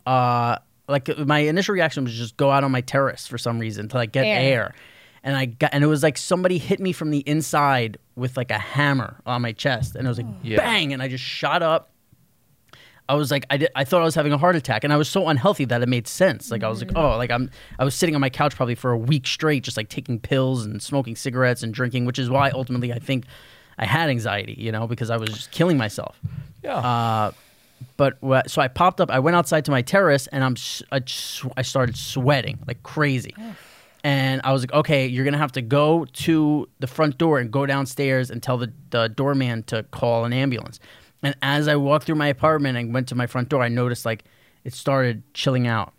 S2: uh, like my initial reaction was just go out on my terrace for some reason to like get
S3: Air.
S2: air. And I got, and it was like somebody hit me from the inside with like a hammer on my chest, and it was like
S1: Yeah.
S2: bang, and I just shot up. I was like, I, did, I thought I was having a heart attack, and I was so unhealthy that it made sense. Like I was like, oh, like I'm, I was sitting on my couch probably for a week straight, just like taking pills and smoking cigarettes and drinking, which is why ultimately I think I had anxiety, you know, because I was just killing myself.
S1: Yeah.
S2: Uh, but wha- so I popped up. I went outside to my terrace, and I'm s- I, s- I started sweating like crazy. And I was like, okay, you're gonna have to go to the front door and go downstairs and tell the, the doorman to call an ambulance. And as I walked through my apartment and went to my front door, I noticed like it started chilling out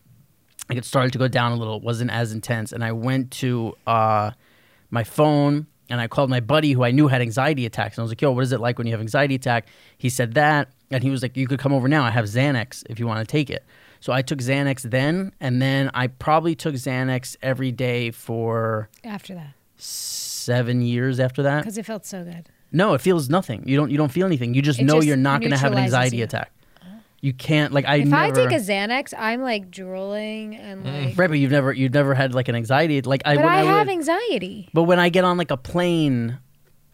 S2: like it started to go down a little. It wasn't as intense. And I went to uh, my phone and I called my buddy who I knew had anxiety attacks. And I was like, yo, what is it like when you have anxiety attack? He said that. And he was like, you could come over now. I have Xanax if you want to take it. So I took Xanax then. And then I probably took Xanax every day for
S3: after that
S2: seven years after that.
S3: because it felt so good.
S2: No, it feels nothing. You don't. You don't feel anything. You just
S3: It
S2: know
S3: just
S2: you're not going to have an
S3: neutralizes
S2: anxiety
S3: you.
S2: attack. You can't. Like I
S3: if
S2: never.
S3: I take a Xanax, I'm like drooling and like.
S2: right, but you've never. You've never had like an anxiety. Like I.
S3: But
S2: when
S3: I,
S2: I, would,
S3: have anxiety.
S2: But when I get on like a plane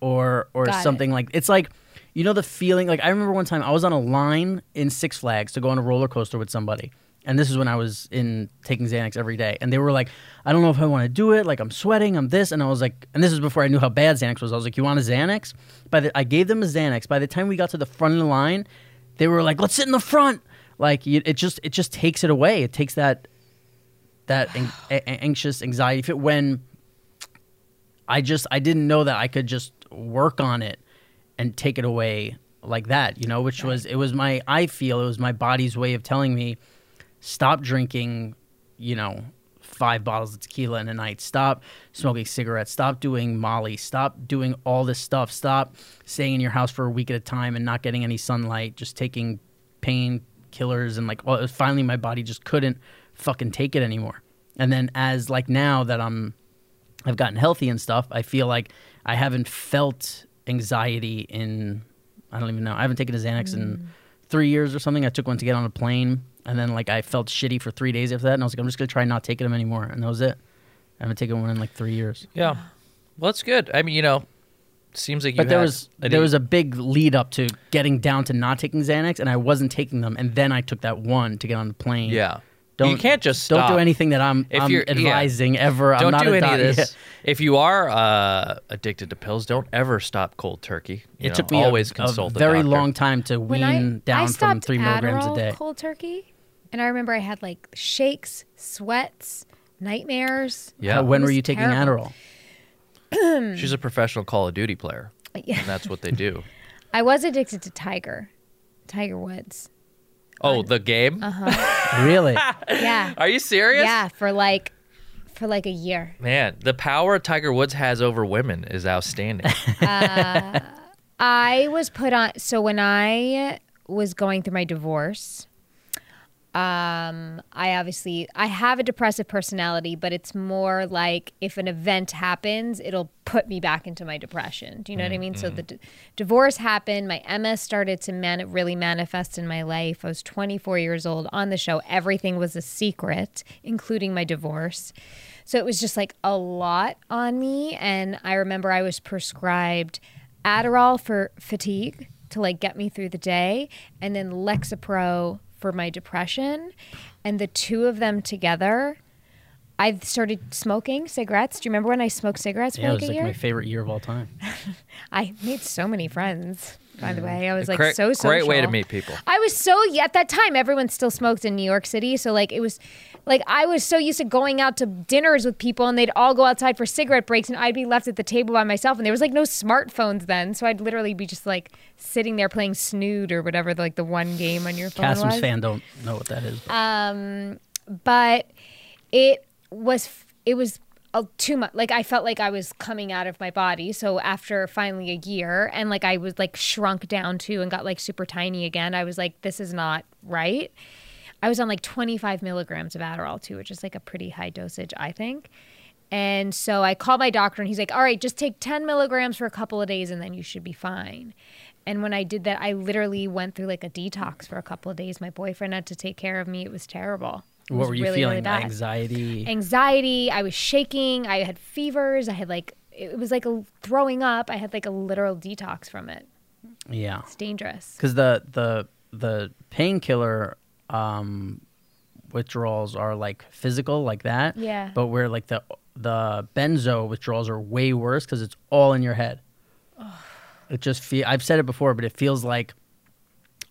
S2: or or
S3: Got it.
S2: something like it's like you know the feeling like I remember one time I was on a line in Six Flags to go on a roller coaster with somebody. And this is when I was in taking Xanax every day. And they were like, I don't know if I want to do it. Like, I'm sweating. I'm this. And I was like, and this is before I knew how bad Xanax was. I was like, You want a Xanax? By the, I gave them a Xanax. By the time we got to the front of the line, they were like, Let's sit in the front. Like, you, it just it just takes it away. It takes that that an- a- a- anxious anxiety fit when I just I didn't know that I could just work on it and take it away like that, you know, which was it was my I feel it was my body's way of telling me stop drinking, you know, five bottles of tequila in a night, stop smoking cigarettes, stop doing Molly, stop doing all this stuff, stop staying in your house for a week at a time and not getting any sunlight, just taking painkillers and like all, finally my body just couldn't fucking take it anymore. And then as like now that I'm I've gotten healthy and stuff, I feel like I haven't felt anxiety in I don't even know. I haven't taken a Xanax in three years or something. I took one to get on a plane, and then like I felt shitty for three days after that, and I was like, I'm just gonna try not taking them anymore, and that was it. I haven't taken one in like three years.
S1: Yeah. Well, that's good. I mean, you know, seems like you.
S2: But there
S1: had
S2: was
S1: an
S2: there
S1: e-
S2: was a big lead up to getting down to not taking Xanax, and I wasn't taking them, and then I took that one to get on the plane.
S1: yeah.
S2: Don't,
S1: you can't just
S2: don't
S1: stop.
S2: do anything that I'm,
S1: If
S2: I'm
S1: you're- yeah.
S2: advising ever. I'm
S1: Don't
S2: not
S1: do
S2: a
S1: any of
S2: doc-
S1: this. If you are uh, addicted to pills, don't ever stop cold turkey.
S2: It
S1: You know,
S2: took me
S1: always
S2: a,
S1: consult
S2: a very
S1: doctor.
S2: long time to
S3: When
S2: wean
S3: I, I
S2: down from
S3: stopped
S2: three milligrams a
S3: Adderall
S2: day.
S3: cold turkey, and I remember I had like shakes, sweats, nightmares.
S1: Yeah.
S2: Uh, when
S3: It
S2: were
S3: was
S2: you taking
S3: terrible. Hmm.
S1: Adderall? She's a professional Call of Duty player,
S3: Uh,
S1: and that's what they do.
S3: I was addicted to Tiger, Tiger Woods.
S1: Oh, the game?
S2: Adderall? Really?
S3: Yeah,
S1: Are you serious?
S3: Uh-huh. yeah, for like, for like a year.
S1: Man, the power Tiger Woods has over women is outstanding.
S3: I was put on. So when I was going through my divorce, um, I obviously I have a depressive personality, but it's more like if an event happens, it'll put me back into my depression. Do you know what I mean? So the d- divorce happened. My MS started to man- really manifest in my life. I was 24 years old on the show. Everything was a secret, including my divorce. So it was just like a lot on me. And I remember I was prescribed Adderall for fatigue to like get me through the day, and then Lexapro for my depression. And the two of them together, I started smoking cigaretes. Do you remember when I smoked cigarettes for
S2: yeah, it
S3: like
S2: was
S3: a
S2: like
S3: year?
S2: my favorite year of all time.
S3: I made so many friends. By the way, I was like
S1: great,
S3: so social.
S1: great way to meet people.
S3: I was so yeah, at that time everyone still smoked in New York City, so like it was like I was so used to going out to dinners with people and they'd all go outside for cigarette breaks and I'd be left at the table by myself and there was like no smartphones then, so I'd literally be just like sitting there playing Snood or whatever like the one game on your phone
S2: Casim's
S3: was. Um,
S2: fan don't know what that is. but-
S3: But it was f- it was a, too much. Like I felt like I was coming out of my body. So after finally a year and like I was like shrunk down too and got like super tiny again, I was like this is not right. I was on like 25 milligrams of Adderall too, which is like a pretty high dosage, I think. And so I called my doctor and he's like, all right, just take 10 milligrams for a couple of days and then you should be fine. And when I did that, I literally went through like a detox for a couple of days. My boyfriend had to take care of me. It was terrible. It
S2: what
S3: was
S2: were you
S3: really, really
S2: feeling?
S3: bad
S2: Anxiety.
S3: anxiety. I was shaking. I had fevers. I had like it was like a throwing up. I had like a literal detox from it.
S2: yeah.
S3: It's dangerous.
S2: because the the the painkiller um, withdrawals are like physical, like that.
S3: Yeah.
S2: But where like the the benzo withdrawals are way worse because it's all in your head. It just feel I've said it before, but it feels like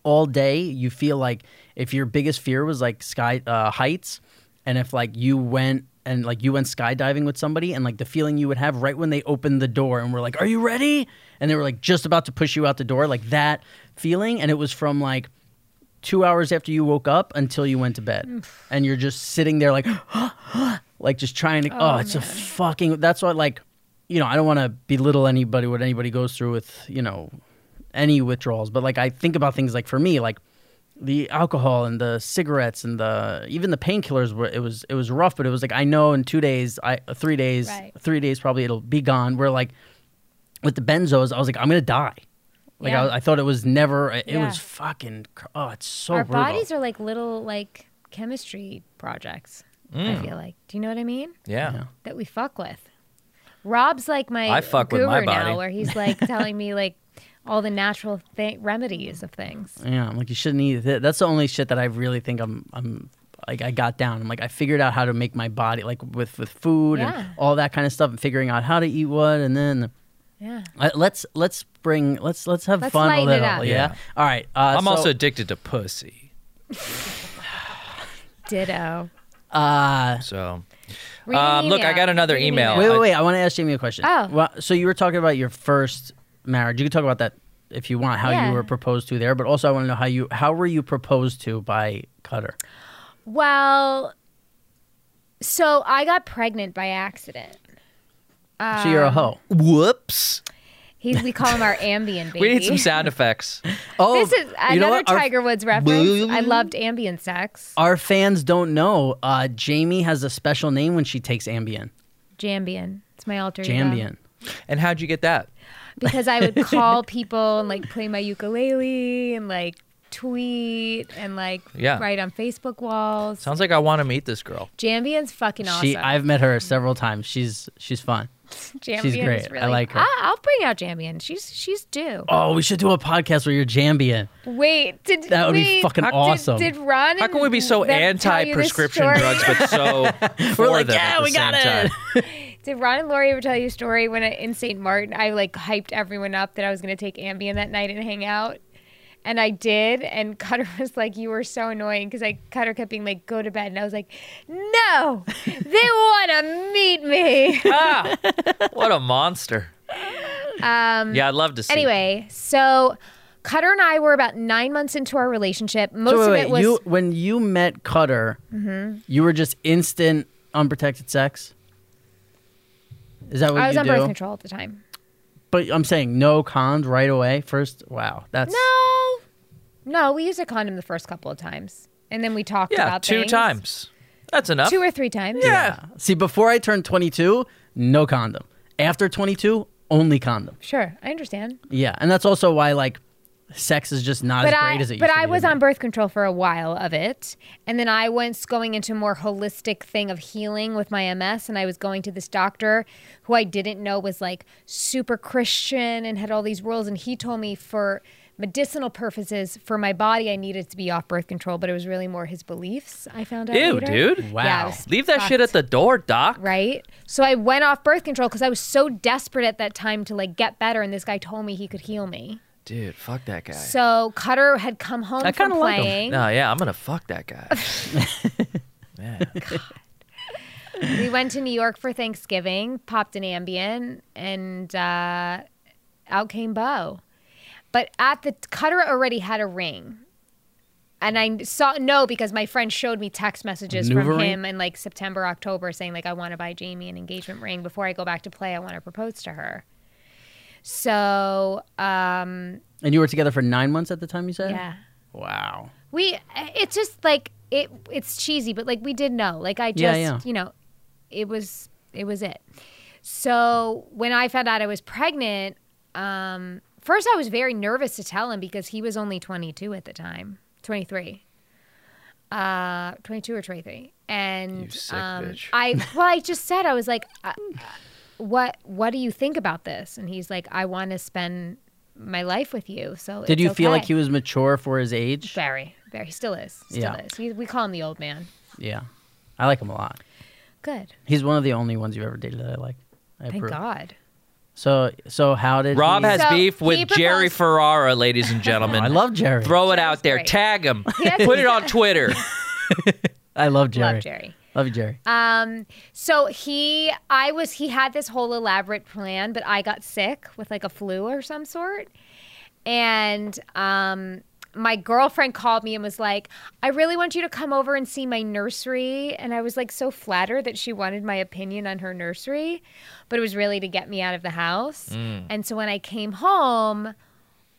S2: all day you feel like if your biggest fear was like sky uh, heights, and if like you went and like you went skydiving with somebody, and like the feeling you would have right when they opened the door and were like, "Are you ready?" and they were like just about to push you out the door, like that feeling, and it was from like two hours after you woke up until you went to bed, and you're just sitting there like, like just trying to. Oh, it's a fucking. That's what like, you know, I don't want to belittle anybody what anybody goes through with you know any withdrawals, but like I think about things like for me like the alcohol and the cigarettes and the even the painkillers were it was it was rough but it was like i know in two days i three days
S3: Right.
S2: three days probably it'll be gone where like with the benzos, I was like, I'm gonna die. Like
S3: Yeah.
S2: I, I thought it was never. It
S3: Yeah.
S2: was fucking. cr- Oh, it's so
S3: Our
S2: brutal.
S3: bodies are like little like chemistry projects.
S1: Mm.
S3: I feel like. Do you know what I mean?
S1: yeah.
S3: That we fuck with. Rob's like my
S1: I fuck with
S3: guru
S1: my body.
S3: now, where he's like telling me like all the natural th- remedies of things.
S2: yeah, I'm like you shouldn't eat. That. That's the only shit that I really think I'm. I'm like I got down. I'm like I figured out how to make my body like with with food
S3: Yeah.
S2: and all that kind of stuff and figuring out how to eat what and then
S3: Yeah.
S2: I, let's let's bring let's let's have
S3: Let's
S2: fun a
S3: lighten it
S2: little.
S3: up.
S2: Yeah.
S1: Yeah.
S2: All right. Uh,
S1: I'm
S2: so-
S1: also addicted to pussy.
S3: Ditto.
S2: Uh,
S1: So,
S3: Read an
S1: um, look, I
S3: email.
S1: got another
S3: Read an
S1: email.
S2: wait,
S1: I-
S2: wait, wait. I want to ask Jamie a question.
S3: Oh.
S2: Well, so you were talking about your first marriage. You could talk about that if you want, how
S3: Yeah.
S2: you were proposed to there, but also I want to know how you how were you proposed to by Cutter?
S3: Well, so I got pregnant by accident.
S2: so
S3: Um,
S2: you're a hoe.
S1: Whoops.
S3: He's we call him our Ambien baby.
S1: We need some sound effects.
S2: Oh,
S3: This is another
S2: you know what? Our-
S3: Tiger Woods reference. I loved Ambien sex,
S2: Our fans don't know. Uh, Jamie has a special name when she takes Ambien.
S3: Jambien. It's my alter ego.
S2: Jambian.
S1: And how'd you get that?
S3: because I would call people and like play my ukulele and like tweet and like
S1: Yeah.
S3: write on Facebook walls.
S1: Sounds like I want to meet this girl.
S3: Jambien's fucking awesome.
S2: She, I've met her several times. She's she's fun.
S3: Jambien's
S2: great. I
S3: Really,
S2: like her.
S3: I, will bring out Jambien. She's she's due.
S2: Oh, we should do a podcast where you're Jambian.
S3: Wait, did
S2: That would be
S3: wait,
S2: fucking
S3: did-
S2: awesome.
S3: Did, Ron?
S1: How can we be
S3: and
S1: so
S3: them tell you this
S1: anti-prescription
S3: story?
S1: drugs, but so for
S2: like,
S1: them
S2: "Yeah,
S1: at the
S2: we got
S1: same
S2: it."
S1: time?
S3: Did Ron and Lori ever tell you a story when I, in St. Martin I like hyped everyone up that I was going to take Ambien that night and hang out? And I did. And Cutter was like, You were so annoying because I Cutter kept being like, Go to bed. And I was like, No, they want to meet me.
S1: Ah, what a monster. Um, yeah, I'd love to see.
S3: anyway, so Cutter and I were about nine months into our relationship. Most
S2: So wait,
S3: of
S2: wait,
S3: it was. Mm-hmm.
S2: you when you met Cutter, you were just instant unprotected sex. Is that what
S3: I was
S2: you
S3: on
S2: do?
S3: birth control at the time.
S2: But I'm saying no cons right away. First, wow, that's
S3: No, no, we used a condom the first couple of times, and then we talked
S1: Yeah,
S3: about
S1: two
S3: things.
S1: times. That's enough.
S3: two or three times.
S1: yeah.
S2: See, before I turned 22, no condom. After 22, only condom.
S3: Sure, I understand.
S2: Yeah, and that's also why like sex is just not
S3: But
S2: as great
S3: I,
S2: as it used
S3: but
S2: to be.
S3: I
S2: to
S3: was
S2: me.
S3: on birth control for a while of it, and then I was going into more holistic thing of healing with my MS, and I was going to this doctor who I didn't know was like super Christian and had all these rules, and he told me for medicinal purposes for my body I needed to be off birth control, but it was really more his beliefs. I found out.
S1: Ew,
S3: later.
S1: dude.
S2: Wow.
S3: Yeah, I was
S1: Leave that shit at
S3: fucked.
S1: the door, Doc.
S3: right? So I went off birth control because I was so desperate at that time to like get better, and this guy told me he could heal me.
S1: Dude, fuck that guy.
S3: So Cutter had come home
S2: I
S3: from
S2: kinda like him.
S3: playing.
S1: no, yeah, I'm gonna fuck that guy. Man.
S3: we went to New York for Thanksgiving, popped an Ambien, and uh, out came Bo. But at the Cutter already had a ring. And I saw no because my friend showed me text messages
S2: Maneuver
S3: from
S2: ring?
S3: him in like September, October saying like I want to buy Jamie an engagement ring before I go back to play. I want to propose to her. So um,
S2: and you were together for nine months at the time. You said,
S3: yeah,
S2: Wow.
S3: we it's just like it it's cheesy but like we did know like i just
S2: Yeah, yeah.
S3: you know it was it was it so when i found out i was pregnant um first i was very nervous to tell him because he was only 22 at the time 23 uh 22 or 23 and
S1: You sick
S3: um
S1: bitch.
S3: i well i just said i was like uh, what what do you think about this and he's like i want to spend my life with you so
S2: Did
S3: it's
S2: you feel
S3: okay.
S2: like he was mature for his age?
S3: Barry. Barry he still is. Still
S2: Yeah.
S3: is. He, we call him the old man.
S2: Yeah, I like him a lot.
S3: Good.
S2: He's one of the only ones you've ever dated that I like. I
S3: Thank
S2: approve.
S3: God.
S2: So, so how did
S1: Rob
S2: he-
S1: has
S3: So,
S1: beef
S3: he
S1: with Jerry
S3: proposed-
S1: Ferrara, ladies and gentlemen.
S2: I love Jerry.
S1: Throw it out
S3: Jerry's
S1: there.
S3: great.
S1: Tag him.
S3: has-
S1: Put it on Twitter.
S2: I love Jerry.
S3: Love Jerry.
S2: Love you, Jerry.
S3: Um, so he, I was, he had this whole elaborate plan, but I got sick with like a flu or some sort. And, um, my girlfriend called me and was like, I really want you to come over and see my nursery. And I was like so flattered that she wanted my opinion on her nursery, but it was really to get me out of the house.
S2: Mm.
S3: And so when I came home,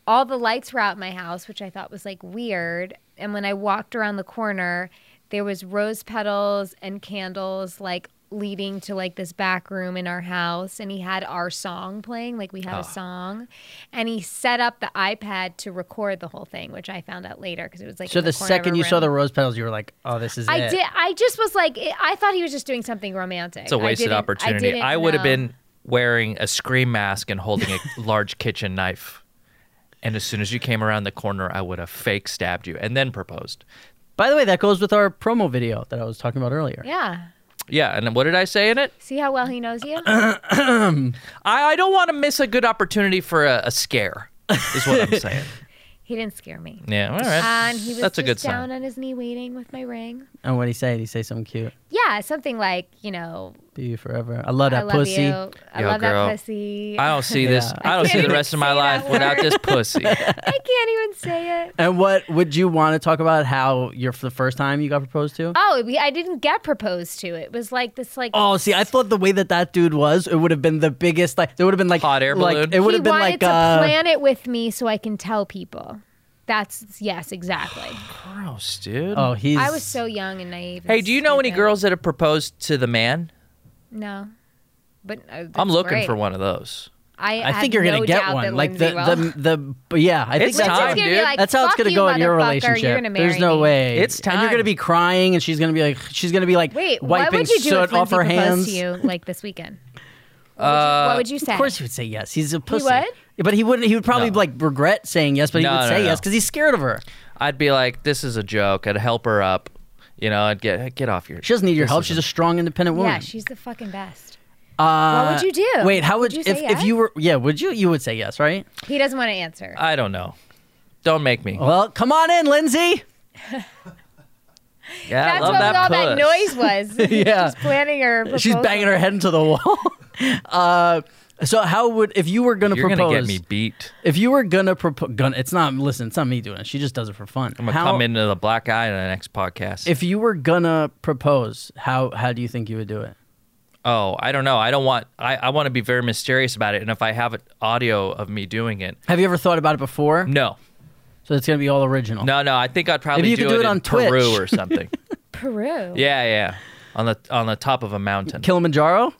S3: all the lights were out in my house, which I thought was like weird. And when I walked around the corner, there was rose petals and candles like leading to like this back room in our house and he had our song playing like we had
S2: Ah.
S3: a song and he set up the iPad to record the whole thing which I found out later because it was like
S2: So
S3: in
S2: the
S3: corner of
S2: second
S3: our
S2: you saw
S3: room.
S2: the rose petals, you were like, "Oh, this is
S3: I
S2: it."
S3: did I just was like it, I thought he was just doing something romantic
S1: It's a
S3: I
S1: wasted
S3: didn't-
S1: opportunity.
S3: didn't
S1: I, would have
S3: know.
S1: been wearing a scream mask and holding a large kitchen knife. And as soon as you came around the corner, I would have fake stabbed you and then proposed.
S2: By the way, that goes with our promo video that I was talking about earlier.
S3: yeah
S1: Yeah, and what did I say in it?
S3: see how well he knows you
S1: I, I don't want to miss a good opportunity for a, a scare, is what I'm saying.
S3: He didn't scare me.
S1: Yeah, all right.
S3: And he was
S1: That's a
S3: just
S1: good
S3: down
S1: sign.
S3: on his knee waiting with my ring.
S2: And what he say? He say something cute.
S3: Yeah, something like, you know,
S2: Be you forever. I love that
S3: I love
S2: pussy.
S3: you. I
S1: Yo,
S3: love
S1: girl.
S3: that pussy.
S1: I don't see this.
S2: Yeah.
S1: I don't
S3: I
S1: see the
S3: can't
S1: rest of my
S3: even say
S1: life
S3: that
S1: without
S3: word.
S1: this pussy.
S3: I can't even say it.
S2: And what would you want to talk about? How you're for the first time you got proposed to?
S3: Oh, we- I didn't get proposed to. It was like this, like
S2: Oh, see, I thought the way that that dude was, it would have been the biggest. Like, there would have been like
S1: Hot air
S2: like,
S1: balloon?
S2: It would
S3: he
S2: have been
S3: wanted
S2: like
S3: to
S2: uh,
S3: plan it with me so I can tell people. That's yes, exactly.
S1: Gross, dude.
S2: Oh, he's.
S3: I was so young and naive. and
S1: hey, do you know any
S3: stupid.
S1: girls that have proposed to the man?
S3: No, but uh,
S1: I'm
S3: that's
S1: looking
S3: great.
S1: for one of those.
S3: I,
S2: I
S3: have
S2: think you're gonna
S3: no
S2: get
S3: doubt that
S2: one. Like the,
S3: Lindsay will.
S2: the the yeah. I
S1: It's
S2: think that's
S1: time,
S2: how-
S1: dude.
S2: that's how it's
S3: going to
S2: gonna go in your relationship.
S3: You're gonna marry
S2: There's no
S3: me.
S2: way.
S1: It's
S2: And you're
S1: time.
S2: gonna be crying, and she's gonna be like, she's gonna be like
S3: Wait, what
S2: wiping
S3: would you do
S2: soot
S3: if
S2: off
S3: Lindsay
S2: her
S3: proposed
S2: hands.
S3: to you like this weekend? What would you,
S1: Uh,
S3: what would you say?
S2: Of course, he would say yes. He's a pussy.
S3: would?
S2: But he wouldn't. He would probably
S1: No.
S2: like regret saying yes, but he
S1: No,
S2: would
S1: no,
S2: say
S1: no.
S2: yes because he's scared of her.
S1: I'd be like, this is a joke. I'd help her up. You know, I'd get get off your.
S2: She doesn't need your
S1: this
S2: help.
S1: is
S2: She's a strong, independent woman.
S3: yeah, she's the fucking best.
S2: Uh,
S3: What would you do?
S2: Wait, how would,
S3: Would you
S2: if,
S3: say
S2: if you were? Yeah, would you? You would say yes, right?
S3: He doesn't want to answer.
S1: I don't know. Don't make me.
S2: Well, come on in, Lindsay.
S1: yeah, I
S3: That's
S1: love
S3: what
S1: that
S3: all
S1: puss.
S3: that noise was.
S2: Yeah.
S3: she's planning her. Proposal.
S2: She's banging her head into the wall. uh, so how would if you were gonna
S1: You're
S2: propose?
S1: gonna get me beat.
S2: If you were gonna propose, gonna, it's not. Listen, it's not me doing it. She just does it for fun.
S1: I'm gonna
S2: How-
S1: come into the black eye in the next podcast.
S2: If you were gonna propose, how how do you think you would do it?
S1: oh, I don't know. I don't want. I, I want to be very mysterious about it. And if I have an audio of me doing it,
S2: Have you ever thought about it before?
S1: no,
S2: So it's gonna be all original.
S1: no, no. I think I'd probably
S2: Maybe you could do it
S1: in
S2: on Twitch.
S1: Peru or something.
S3: Peru.
S1: yeah, yeah. On the on the top of a mountain.
S2: Kilimanjaro.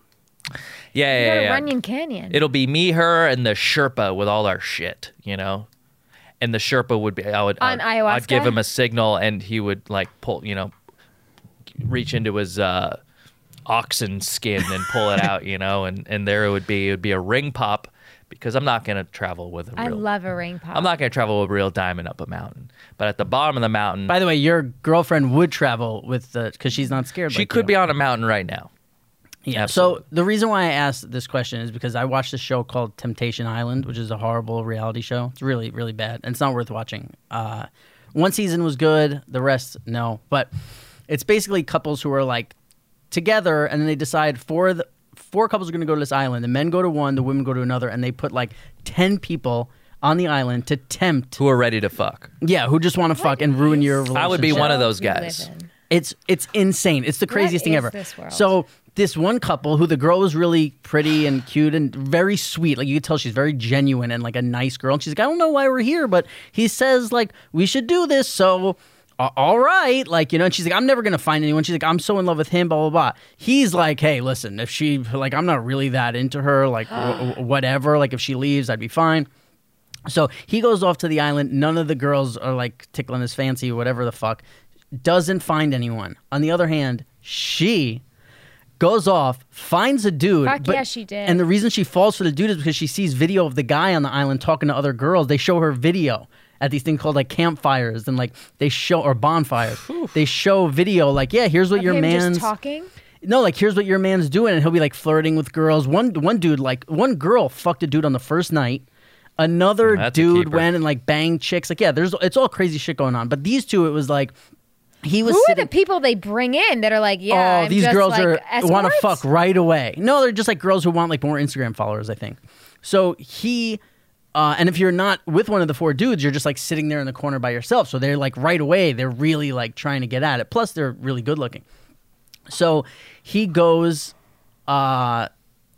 S1: yeah,
S3: You
S1: yeah,
S3: go to
S1: yeah. yeah.
S3: Runyon Canyon.
S1: It'll be me, her, and the Sherpa with all our shit, you know. And the Sherpa would be. I would. I'd,
S3: On
S1: I'd
S3: ayahuasca?
S1: give him a signal, and he would like pull, you know, reach into his uh, oxen skin and pull it out, you know. And and there it would be. It would be a ring pop because I'm not gonna travel with a real.
S3: I love a ring pop.
S1: I'm not gonna travel with a real diamond up a mountain. But at the bottom of the mountain,
S2: By the way, your girlfriend would travel with the because she's not scared.
S1: she
S2: like
S1: could
S2: you.
S1: be on a mountain right now.
S2: Yeah. So
S1: Absolutely.
S2: the reason why I asked this question is because I watched a show called Temptation Island, which is a horrible reality show. It's really, really bad, and it's not worth watching. Uh, one season was good, the rest no. But it's basically couples who are like together, and then they decide four of the, four couples are going to go to this island. The men go to one, the women go to another, and they put like ten people on the island to tempt.
S1: Who are ready to fuck?
S2: yeah, who just want to fuck and ruin your relationship.
S1: I would be one of
S3: World
S1: those
S3: we live
S1: guys.
S3: in.
S2: It's it's insane. It's the craziest thing
S3: is
S2: ever.
S3: this world?
S2: So this one couple who the girl was really pretty and cute and very sweet. Like you could tell she's very genuine and like a nice girl. And she's like, I don't know why we're here, but he says like we should do this. So a- all right, like you know. And she's like, I'm never gonna find anyone. She's like, I'm so in love with him. Blah blah blah. He's like, Hey, listen, if she like, I'm not really that into her. Like w- w- whatever. Like if she leaves, I'd be fine. So he goes off to the island. None of the girls are like tickling his fancy, whatever the fuck. Doesn't find anyone. On the other hand, she goes off, finds a dude.
S3: Fuck yeah, she did.
S2: And the reason she falls for the dude is because she sees video of the guy on the island talking to other girls. They show her video at these things called like campfires and like they show or bonfires. they show video like, yeah, here's what
S3: Of
S2: your
S3: him
S2: man's
S3: just talking.
S2: no, like here's what your man's doing, and he'll be like flirting with girls. One one dude, like one girl, fucked a dude on the first night. Another
S1: Oh, That's a
S2: dude
S1: keeper.
S2: went and like banged chicks. Like yeah, there's it's all crazy shit going on. But these two, it was like he was
S3: Who are
S2: sitting.
S3: the people they bring in that are like, yeah,
S2: oh,
S3: I'm
S2: these
S3: just
S2: girls
S3: like
S2: are want to
S3: escorts?
S2: fuck right away. No, they're just like girls who want like more Instagram followers. I think. So he. Uh, and if you're not with one of the four dudes, you're just like sitting there in the corner by yourself. So they're like right away, they're really like trying to get at it. Plus, they're really good looking. So he goes uh,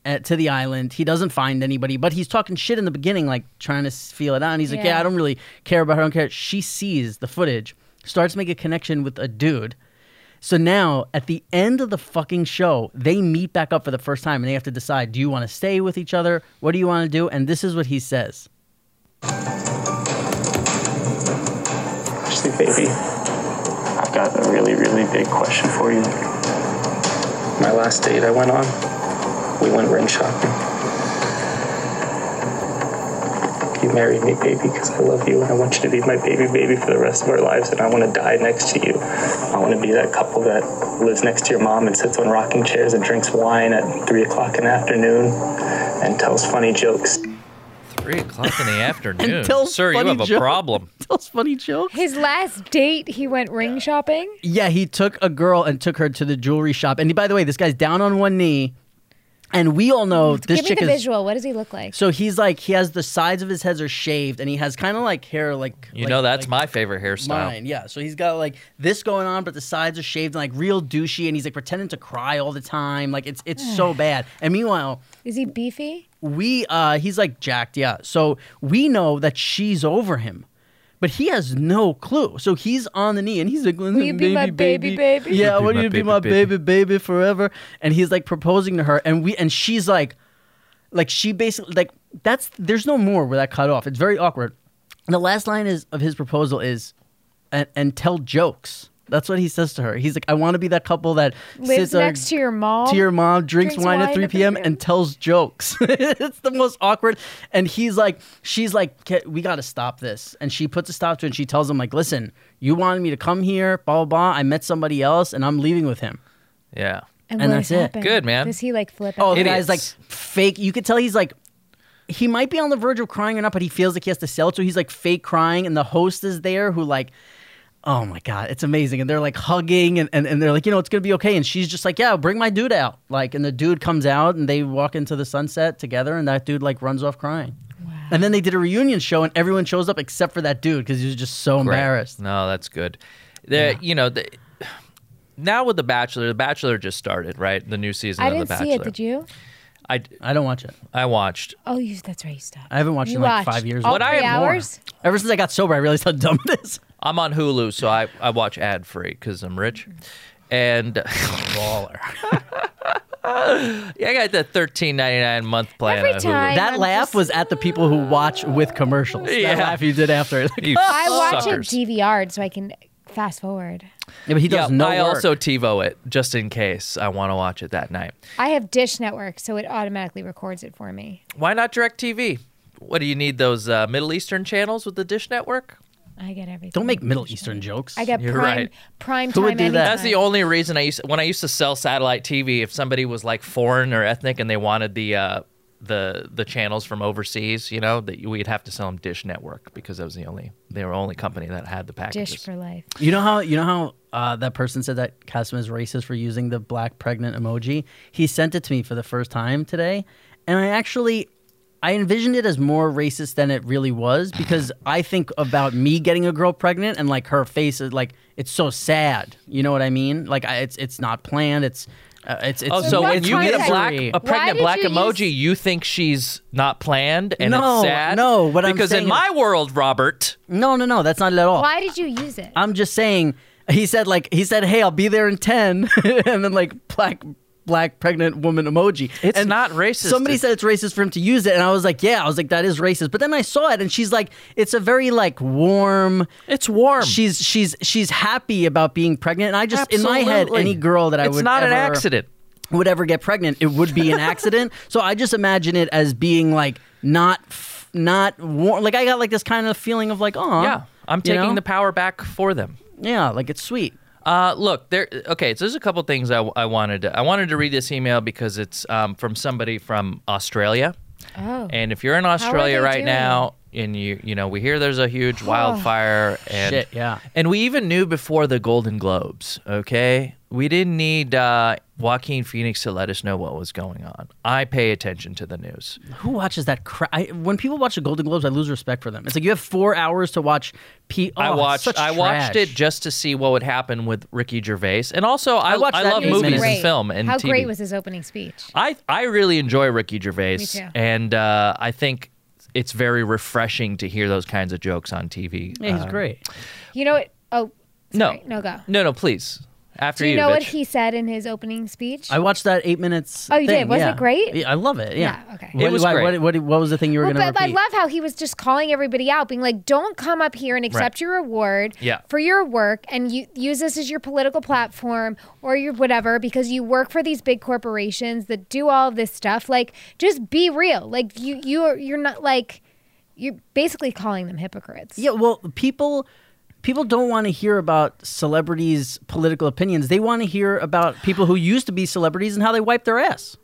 S2: at, to the island. He doesn't find anybody, but he's talking shit in the beginning, like trying to s- feel it out. And he's like,
S3: Yeah.
S2: "Yeah, I don't really care about her. I don't care." She sees the footage, starts to make a connection with a dude. So now, at the end of the fucking show, they meet back up for the first time, and they have to decide: Do you want to stay with each other? What do you want to do? And this is what he says.
S4: Actually, baby, I've got a really, really big question for you. My last date I went on, we went ring shopping. You married me, baby, because I love you and I want you to be my baby, baby for the rest of our lives, and I want to die next to you. I want to be that couple that lives next to your mom and sits on rocking chairs and drinks wine at 3 o'clock in the afternoon and tells funny jokes.
S1: Three o'clock in the afternoon.
S2: Until
S1: Sir, you
S2: funny
S1: have a
S2: joke.
S1: problem.
S2: Tells funny jokes.
S3: His last date, he went ring shopping.
S2: Yeah, he took a girl and took her to the jewelry shop. And by the way, this guy's down on one knee, and we all know this
S3: Give me
S2: chick
S3: the
S2: is.
S3: visual. What does he look like?
S2: So he's like, he has the sides of his heads are shaved, and he has kind of like hair like.
S1: You
S2: like-
S1: know that's
S2: like
S1: my favorite hairstyle.
S2: Mine, yeah. So he's got like this going on, but the sides are shaved and like real douchey, and he's like pretending to cry all the time. Like it's it's so bad. And meanwhile,
S3: Is he beefy?
S2: we uh he's like jacked yeah so we know that she's over him but he has no clue so he's on the knee and he's like will
S3: you be my baby, baby?"
S2: yeah
S1: Will you be my
S2: will you be
S1: baby,
S2: my
S1: baby?"
S2: baby baby forever and he's like proposing to her and we and she's like like she basically like that's there's no more where that cut off it's very awkward and the last line is of his proposal is and, and tell jokes that's what he says to her he's like i want to be that couple that
S3: Lives
S2: sits there-
S3: next to your mom.
S2: to your mom, drinks,
S3: Drinks
S2: wine,
S3: wine
S2: at 3
S3: at 3
S2: p.m.
S3: p.m.
S2: and tells jokes. it's the most awkward. And he's like, she's like, "Ca- we got to stop this. And she puts a stop to it and she tells him, like, listen, you wanted me to come here, blah, blah, blah. I met somebody else and I'm leaving with him.
S1: Yeah.
S3: and,
S2: and
S3: what
S2: that's
S3: has
S2: it.
S3: happened?
S1: Good, man.
S3: Does he like flip?
S2: Oh,
S3: out?
S2: the guy's like
S1: Idiots.
S2: fake. You could tell he's like, he might be on the verge of crying or not, but he feels like he has to sell it. So he's like fake crying. And the host is there who, like, oh my God, it's amazing. And they're like hugging and, and, and they're like, you know, it's going to be okay. And she's just like, yeah, bring my dude out. Like, and the dude comes out and they walk into the sunset together. And that dude like runs off crying. And then they did a reunion show and everyone shows up except for that dude because he was just so
S1: Great.
S2: embarrassed.
S1: No, that's good. The, You know, the, now with The Bachelor, The Bachelor just started, right? The new season
S3: I
S1: of The
S3: didn't
S1: Bachelor.
S3: see it. Did you?
S1: I,
S2: I don't watch it.
S1: I watched.
S3: Oh, you. That's right. You stopped.
S2: I haven't watched
S3: you
S2: it in like
S3: watched
S2: five years.
S3: All
S1: What I
S3: three
S1: have more.
S3: hours.
S2: Ever since I got sober, I realized how dumb it is.
S1: I'm on Hulu, so I, I watch ad free because I'm rich. And
S2: Baller.
S1: yeah, I got the 13.99 month plan.
S3: Every
S1: on Hulu.
S3: time.
S2: That
S3: I'm
S2: laugh
S3: just-
S2: was at the people who watch with commercials.
S1: Yeah.
S2: That laugh you did after.
S1: You
S3: I watch
S1: Oh, suckers.
S3: it DVR'd so I can fast forward.
S2: Yeah, but he does
S1: yeah,
S2: no
S1: I
S2: work.
S1: also TiVo it just in case I want to watch it that night.
S3: I have Dish Network, so it automatically records it for me.
S1: Why not Direct TV? What do you need those uh, Middle Eastern channels with the Dish Network?
S3: I get everything.
S2: Don't make Middle Eastern jokes.
S3: I get
S1: You're
S3: prime
S1: right.
S3: prime
S2: Who
S3: time.
S2: would do that?
S1: That's the
S3: anytime.
S1: only reason I used when I used to sell satellite TV. If somebody was like foreign or ethnic and they wanted the uh, the the channels from overseas, you know, that we'd have to sell them Dish Network because that was the only they were the only company that had the packages.
S3: Dish for life.
S2: You know how you know how uh, that person said that Kasim is racist for using the black pregnant emoji. He sent it to me for the first time today, and I actually. I envisioned it as more racist than it really was because I think about me getting a girl pregnant and like her face is like it's so sad. You know what I mean? Like I, it's it's not planned. It's uh, it's it's
S1: Oh, so
S3: That's
S1: when you get a
S3: why-
S1: black,
S2: misery.
S1: a pregnant
S3: did
S1: black
S3: you
S1: emoji,
S3: use-
S1: you think she's not planned and
S2: No,
S1: it's sad.
S2: no, what I'm
S1: because
S2: saying
S1: in
S2: is-
S1: my world, Robert,
S2: No, no, no. That's not it at all.
S3: Why did you use it?
S2: I'm just saying. He said like he said, "Hey, I'll be there in 10. and then like black black pregnant woman emoji.
S1: It's
S2: and
S1: not racist.
S2: Somebody
S1: It's-
S2: said it's racist for him to use it, and I was like, "Yeah." I was like, "That is racist." But then I saw it, and she's like, "It's a very like warm."
S1: it's warm.
S2: She's she's she's happy about being pregnant, and I just in my head,
S1: Absolutely.
S2: any girl that I
S1: it's
S2: would
S1: not an
S2: ever-
S1: accident.
S2: would ever get pregnant, it would be an accident. so I just imagine it as being like not f- not warm. Like I got like this kind of feeling of like, "Oh,
S1: Yeah, I'm taking the power back for them.
S2: yeah, like it's sweet."
S1: Uh, look, there. Okay, so there's a couple things I, I wanted. To, I wanted to read this email because it's um, from somebody from Australia.
S3: Oh.
S1: And if you're in
S3: they
S1: Australia right
S3: doing?
S1: now, and you you know we hear there's a huge wildfire and
S2: Shit, yeah.
S1: and we even knew before the Golden Globes. Okay, we didn't need uh, Joaquin Phoenix to let us know what was going on. I pay attention to the news.
S2: Who watches that crap? When people watch the Golden Globes, I lose respect for them. It's like you have four hours to watch. P- oh,
S1: I watched.
S2: Such
S1: I watched
S2: trash.
S1: it just to see what would happen with Ricky Gervais, and also I,
S2: I watched that
S1: love
S2: in eight
S1: movies
S2: minutes.
S1: and film and
S3: How
S1: TV.
S3: great was his opening speech?
S1: I I really enjoy Ricky Gervais,
S3: Me too.
S1: and uh, I think it's very refreshing to hear those kinds of jokes on TV.
S2: Yeah, he's
S1: Uh,
S2: great.
S3: You know what? Oh,
S1: No,
S3: sorry. no go.
S1: no, no, please. After
S3: Do you know
S1: bitch.
S3: what he said in his opening speech?
S2: I watched that eight minutes.
S3: Oh, you did?
S2: thing,
S3: Was it
S2: yeah.
S3: great?
S2: Yeah, I love it. Yeah.
S3: Yeah, okay.
S1: It was
S2: why-
S1: great.
S2: What, what, what was the thing you were
S3: Well,
S2: going
S3: but
S2: to
S3: I
S2: repeat?
S3: love how he was just calling everybody out, being like, "Don't come up here and accept your award
S1: Yeah.
S3: for your work and you, use this as your political platform or your whatever because you work for these big corporations that do all of this stuff. Like, just be real. Like, you you are you're not like you're basically calling them hypocrites.
S2: yeah. Well, people. People don't want to hear about celebrities' political opinions. They want to hear about people who used to be celebrities and how they wiped their ass.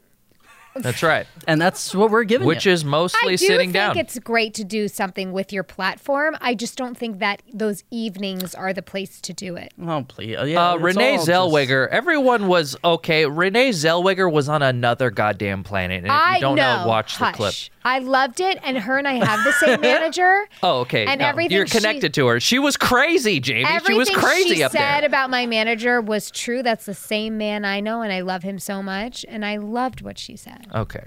S1: That's right.
S2: and that's what we're giving.
S1: Which
S2: you.
S1: is mostly
S3: I do
S1: sitting
S3: think
S1: down.
S3: it's great to do something with your platform. I just don't think that those evenings are the place to do it.
S2: oh please, uh, yeah,
S1: uh,
S2: it's
S1: Renee
S2: all just-
S1: Zellweger. Everyone was okay. Renee Zellweger was on another goddamn planet. And if
S3: I
S1: you don't
S3: know.
S1: know, watch
S3: Hush.
S1: the clip.
S3: I loved it, and her and I have the same manager.
S1: Oh, okay.
S3: And
S1: no,
S3: everything
S1: you're
S3: she-
S1: connected to her. She was crazy, Jamie. She was crazy
S3: she
S1: up
S3: said
S1: there.
S3: about my manager was true. That's the same man I know, and I love him so much. And I loved what she said.
S1: Okay.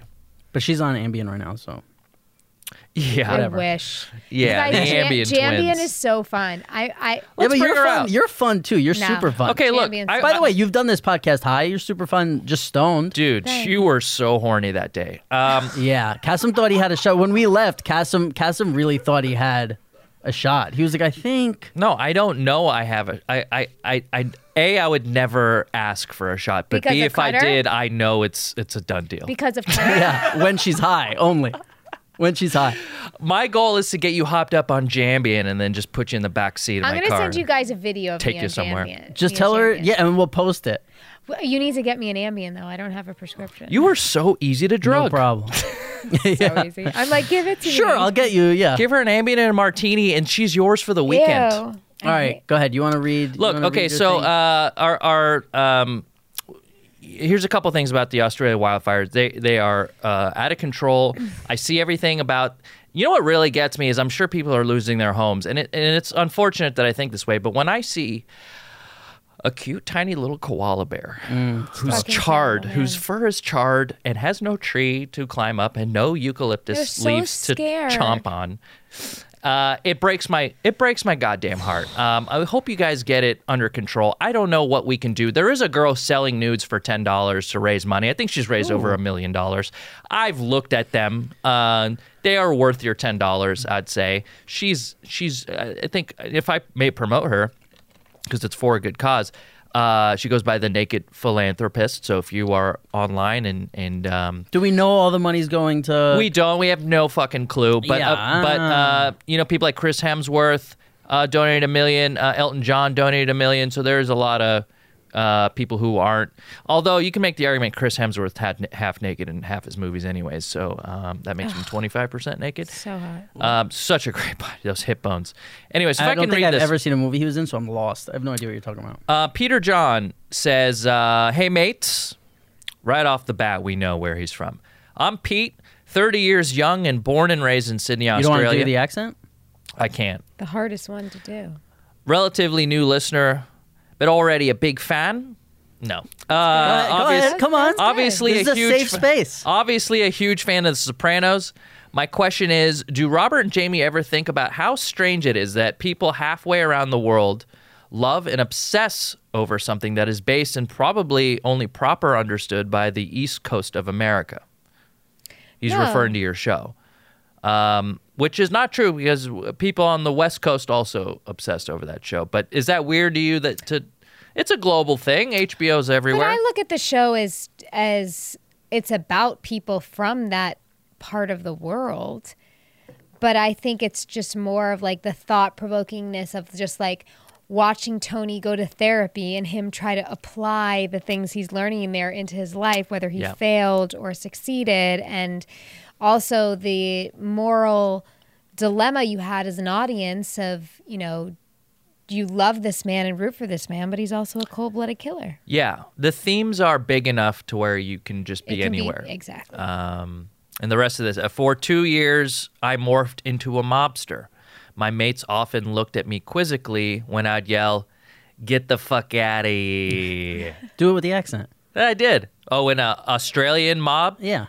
S2: But she's on Ambien right now, so
S1: Yeah.
S3: I wish.
S1: Yeah,
S3: You
S1: the Ambien
S3: Jambian
S1: twins.
S3: is so fun. I, I
S1: Let's
S2: yeah, but
S1: bring
S2: you're
S1: her
S2: fun.
S1: out.
S2: You're fun too. You're
S3: No.
S2: super fun.
S1: Okay, look.
S3: Ambien
S1: I-
S3: stuff.
S2: By the way, you've done this podcast high. You're super fun, just stoned.
S1: Dude,
S3: Thanks.
S1: you were so horny that day. Um,
S2: Yeah, Kasim thought he had a shot when we left. Kasim, Kasim really thought he had a shot. He was like, I think.
S1: no, I don't know. I have a. I. I. I. I a. I would never ask for a shot, but
S3: Because
S1: b.
S3: of
S1: If I
S3: Qatar?
S1: did, I know it's it's a done deal.
S3: because of her.
S2: Yeah, when she's high only. When she's high.
S1: My goal is to get you hopped up on Jambian and then just put you in the back seat of
S3: I'm
S1: my
S3: gonna
S1: car.
S3: send you guys a video of
S1: Take
S3: me
S1: you
S3: on
S1: somewhere.
S3: Ambien.
S2: Just
S3: Me on
S2: tell her,
S3: Ambien.
S2: yeah, and we'll post it.
S3: Well, You need to get me an Ambien though. I don't have a prescription.
S1: You were so easy to
S2: No
S1: drug.
S2: problem.
S3: so easy. I'm like, give it to me.
S2: Sure, I'll get you. Yeah.
S1: Give her an Ambien and a martini, and she's yours for the weekend.
S3: Ew.
S2: All right, go ahead. You want to read? you
S1: Look,
S2: wanna
S1: okay,
S2: read your
S1: so
S2: thing?
S1: uh, our our um, here's a couple things about the Australia wildfires. They they are uh, out of control. I see everything about. You know what really gets me is I'm sure people are losing their homes, and it, and it's unfortunate that I think this way. But when I see a cute tiny little koala bear
S2: Mm,
S1: who's
S3: Fucking
S1: charred,
S3: terrible,
S1: whose
S3: man.
S1: fur is charred and has no tree to climb up and no
S3: They're
S1: eucalyptus
S3: so
S1: leaves
S3: scared.
S1: to chomp on, uh, it breaks my it breaks my goddamn heart. Um, I hope you guys get it under control. I don't know what we can do. There is a girl selling nudes for ten dollars to raise money. I think she's raised over a million dollars. I've looked at them. Uh, they are worth your ten dollars, I'd say. She's she's. uh, I think if I may promote her, because it's for a good cause. Uh, she goes by the Naked Philanthropist. So if you are online and and um,
S2: do we know all the money's going to?
S1: we don't. We have no fucking clue. But
S2: Uh, Yeah.
S1: uh, but uh, you know, people like Chris Hemsworth uh, donated a million. Uh, Elton John donated a million. So there's a lot of uh, people who aren't. Although you can make the argument Chris Hemsworth had half naked in half his movies, anyways. So um, that makes him 25 percent naked.
S3: So hot.
S1: Um, such a great body. Those hip bones. Anyways, if
S2: I,
S1: I,
S2: don't
S1: can
S2: think
S1: read
S2: I've
S1: this.
S2: ever seen a movie he was in, so I'm lost. I have no idea what you're talking about.
S1: Uh, Peter John says, uh, Hey, mates. Right off the bat, we know where he's from. I'm Pete, 30 years young and born and raised in Sydney,
S2: you don't
S1: Australia.
S2: want to do the accent?
S1: I can't.
S3: The hardest one to do.
S1: Relatively new listener, but already a big fan. No. Uh,
S2: go
S1: obvious-
S2: ahead. Come on.
S1: Obviously,
S2: This
S1: a
S2: is a
S1: huge
S2: safe
S1: fa-
S2: space.
S1: Obviously, a huge fan of The Sopranos. My question is: Do Robert and Jamie ever think about how strange it is that people halfway around the world love and obsess over something that is based and probably only proper understood by the East Coast of America? He's
S3: No.
S1: referring to your show, um, which is not true because people on the West Coast also obsessed over that show. But is that weird to you? That to it's a global thing. HBO's
S3: But
S1: everywhere.
S3: I look at the show as as it's about people from that part of the world. But I think it's just more of like the thought provokingness of just like watching Tony go to therapy and him try to apply the things he's learning there into his life, whether he
S1: Yeah.
S3: failed or succeeded, and also the moral dilemma you had as an audience of, you know, you love this man and root for this man, but he's also a cold blooded killer.
S1: Yeah, the themes are big enough to where you can just be
S3: It can
S1: anywhere.
S3: exactly.
S2: Uh,
S1: um, and the rest of this, uh, for two years, I morphed into a mobster. My mates often looked at me quizzically when I'd yell, "Get the fuck out of here!"
S2: Do it with the accent.
S1: And I did. Oh, in a Australian mob,
S2: Yeah.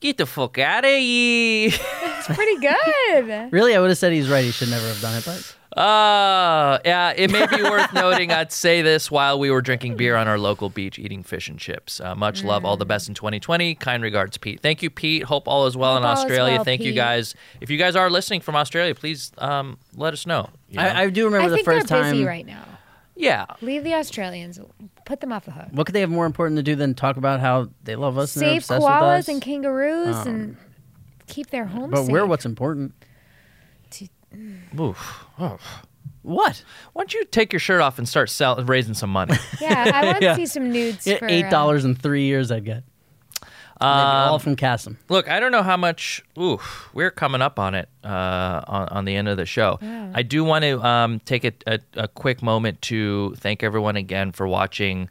S1: get the fuck out of here!
S3: it's pretty good.
S2: Really, I would have said he's right. He should never have done it, but
S1: Uh, yeah, it may be worth noting I'd say this while we were drinking beer on our local beach eating fish and chips. Uh, much love, all the best in 2020. Kind regards, Pete. Thank you, Pete. Hope all is well in
S3: all is
S1: Australia.
S3: well,
S1: Thank you
S3: Pete.
S1: guys. If you guys are listening from Australia, please um, let us know. you know?
S2: I, I do remember
S3: I
S2: the
S3: think
S2: first
S3: they're busy
S2: time.
S3: right now.
S1: yeah.
S3: Leave the Australians. Put them off the hook.
S2: What could they have more important to do than talk about how they love us and they're
S3: Save
S2: obsessed with us? Um,
S3: koalas and kangaroos and keep their homes
S2: but
S3: safe.
S2: we're what's important.
S1: Oof.
S2: What?
S1: Why don't you take your shirt off and start sell- raising some money?
S3: Yeah, I want to
S2: Yeah.
S3: see some nudes
S2: Yeah,
S3: for
S2: Eight
S3: uh,
S2: dollars in three years, I'd get.
S1: Um,
S2: They're all from Cassim.
S1: Look, I don't know how much. Ooh, we're coming up on it uh, on, on the end of the show. I do want to um, take a, a, a quick moment to thank everyone again for watching,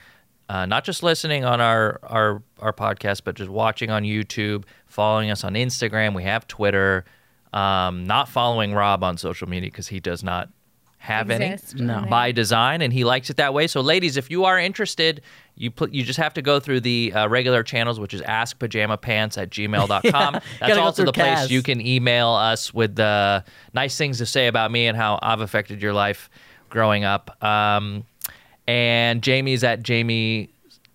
S1: uh, not just listening on our, our our podcast, but just watching on YouTube, following us on Instagram. We have Twitter. Um, not following Rob on social media because he does not have
S3: Exist.
S1: any
S3: No.
S1: by design, and he likes it that way. So, ladies, if you are interested, you put you just have to go through the uh, regular channels, which is askpajamapants at gmail.com. That's
S2: go
S1: also
S2: through
S1: the place
S2: Kaz.
S1: you can email us with the nice things to say about me and how I've affected your life growing up. Um, and Jamie's at Jamie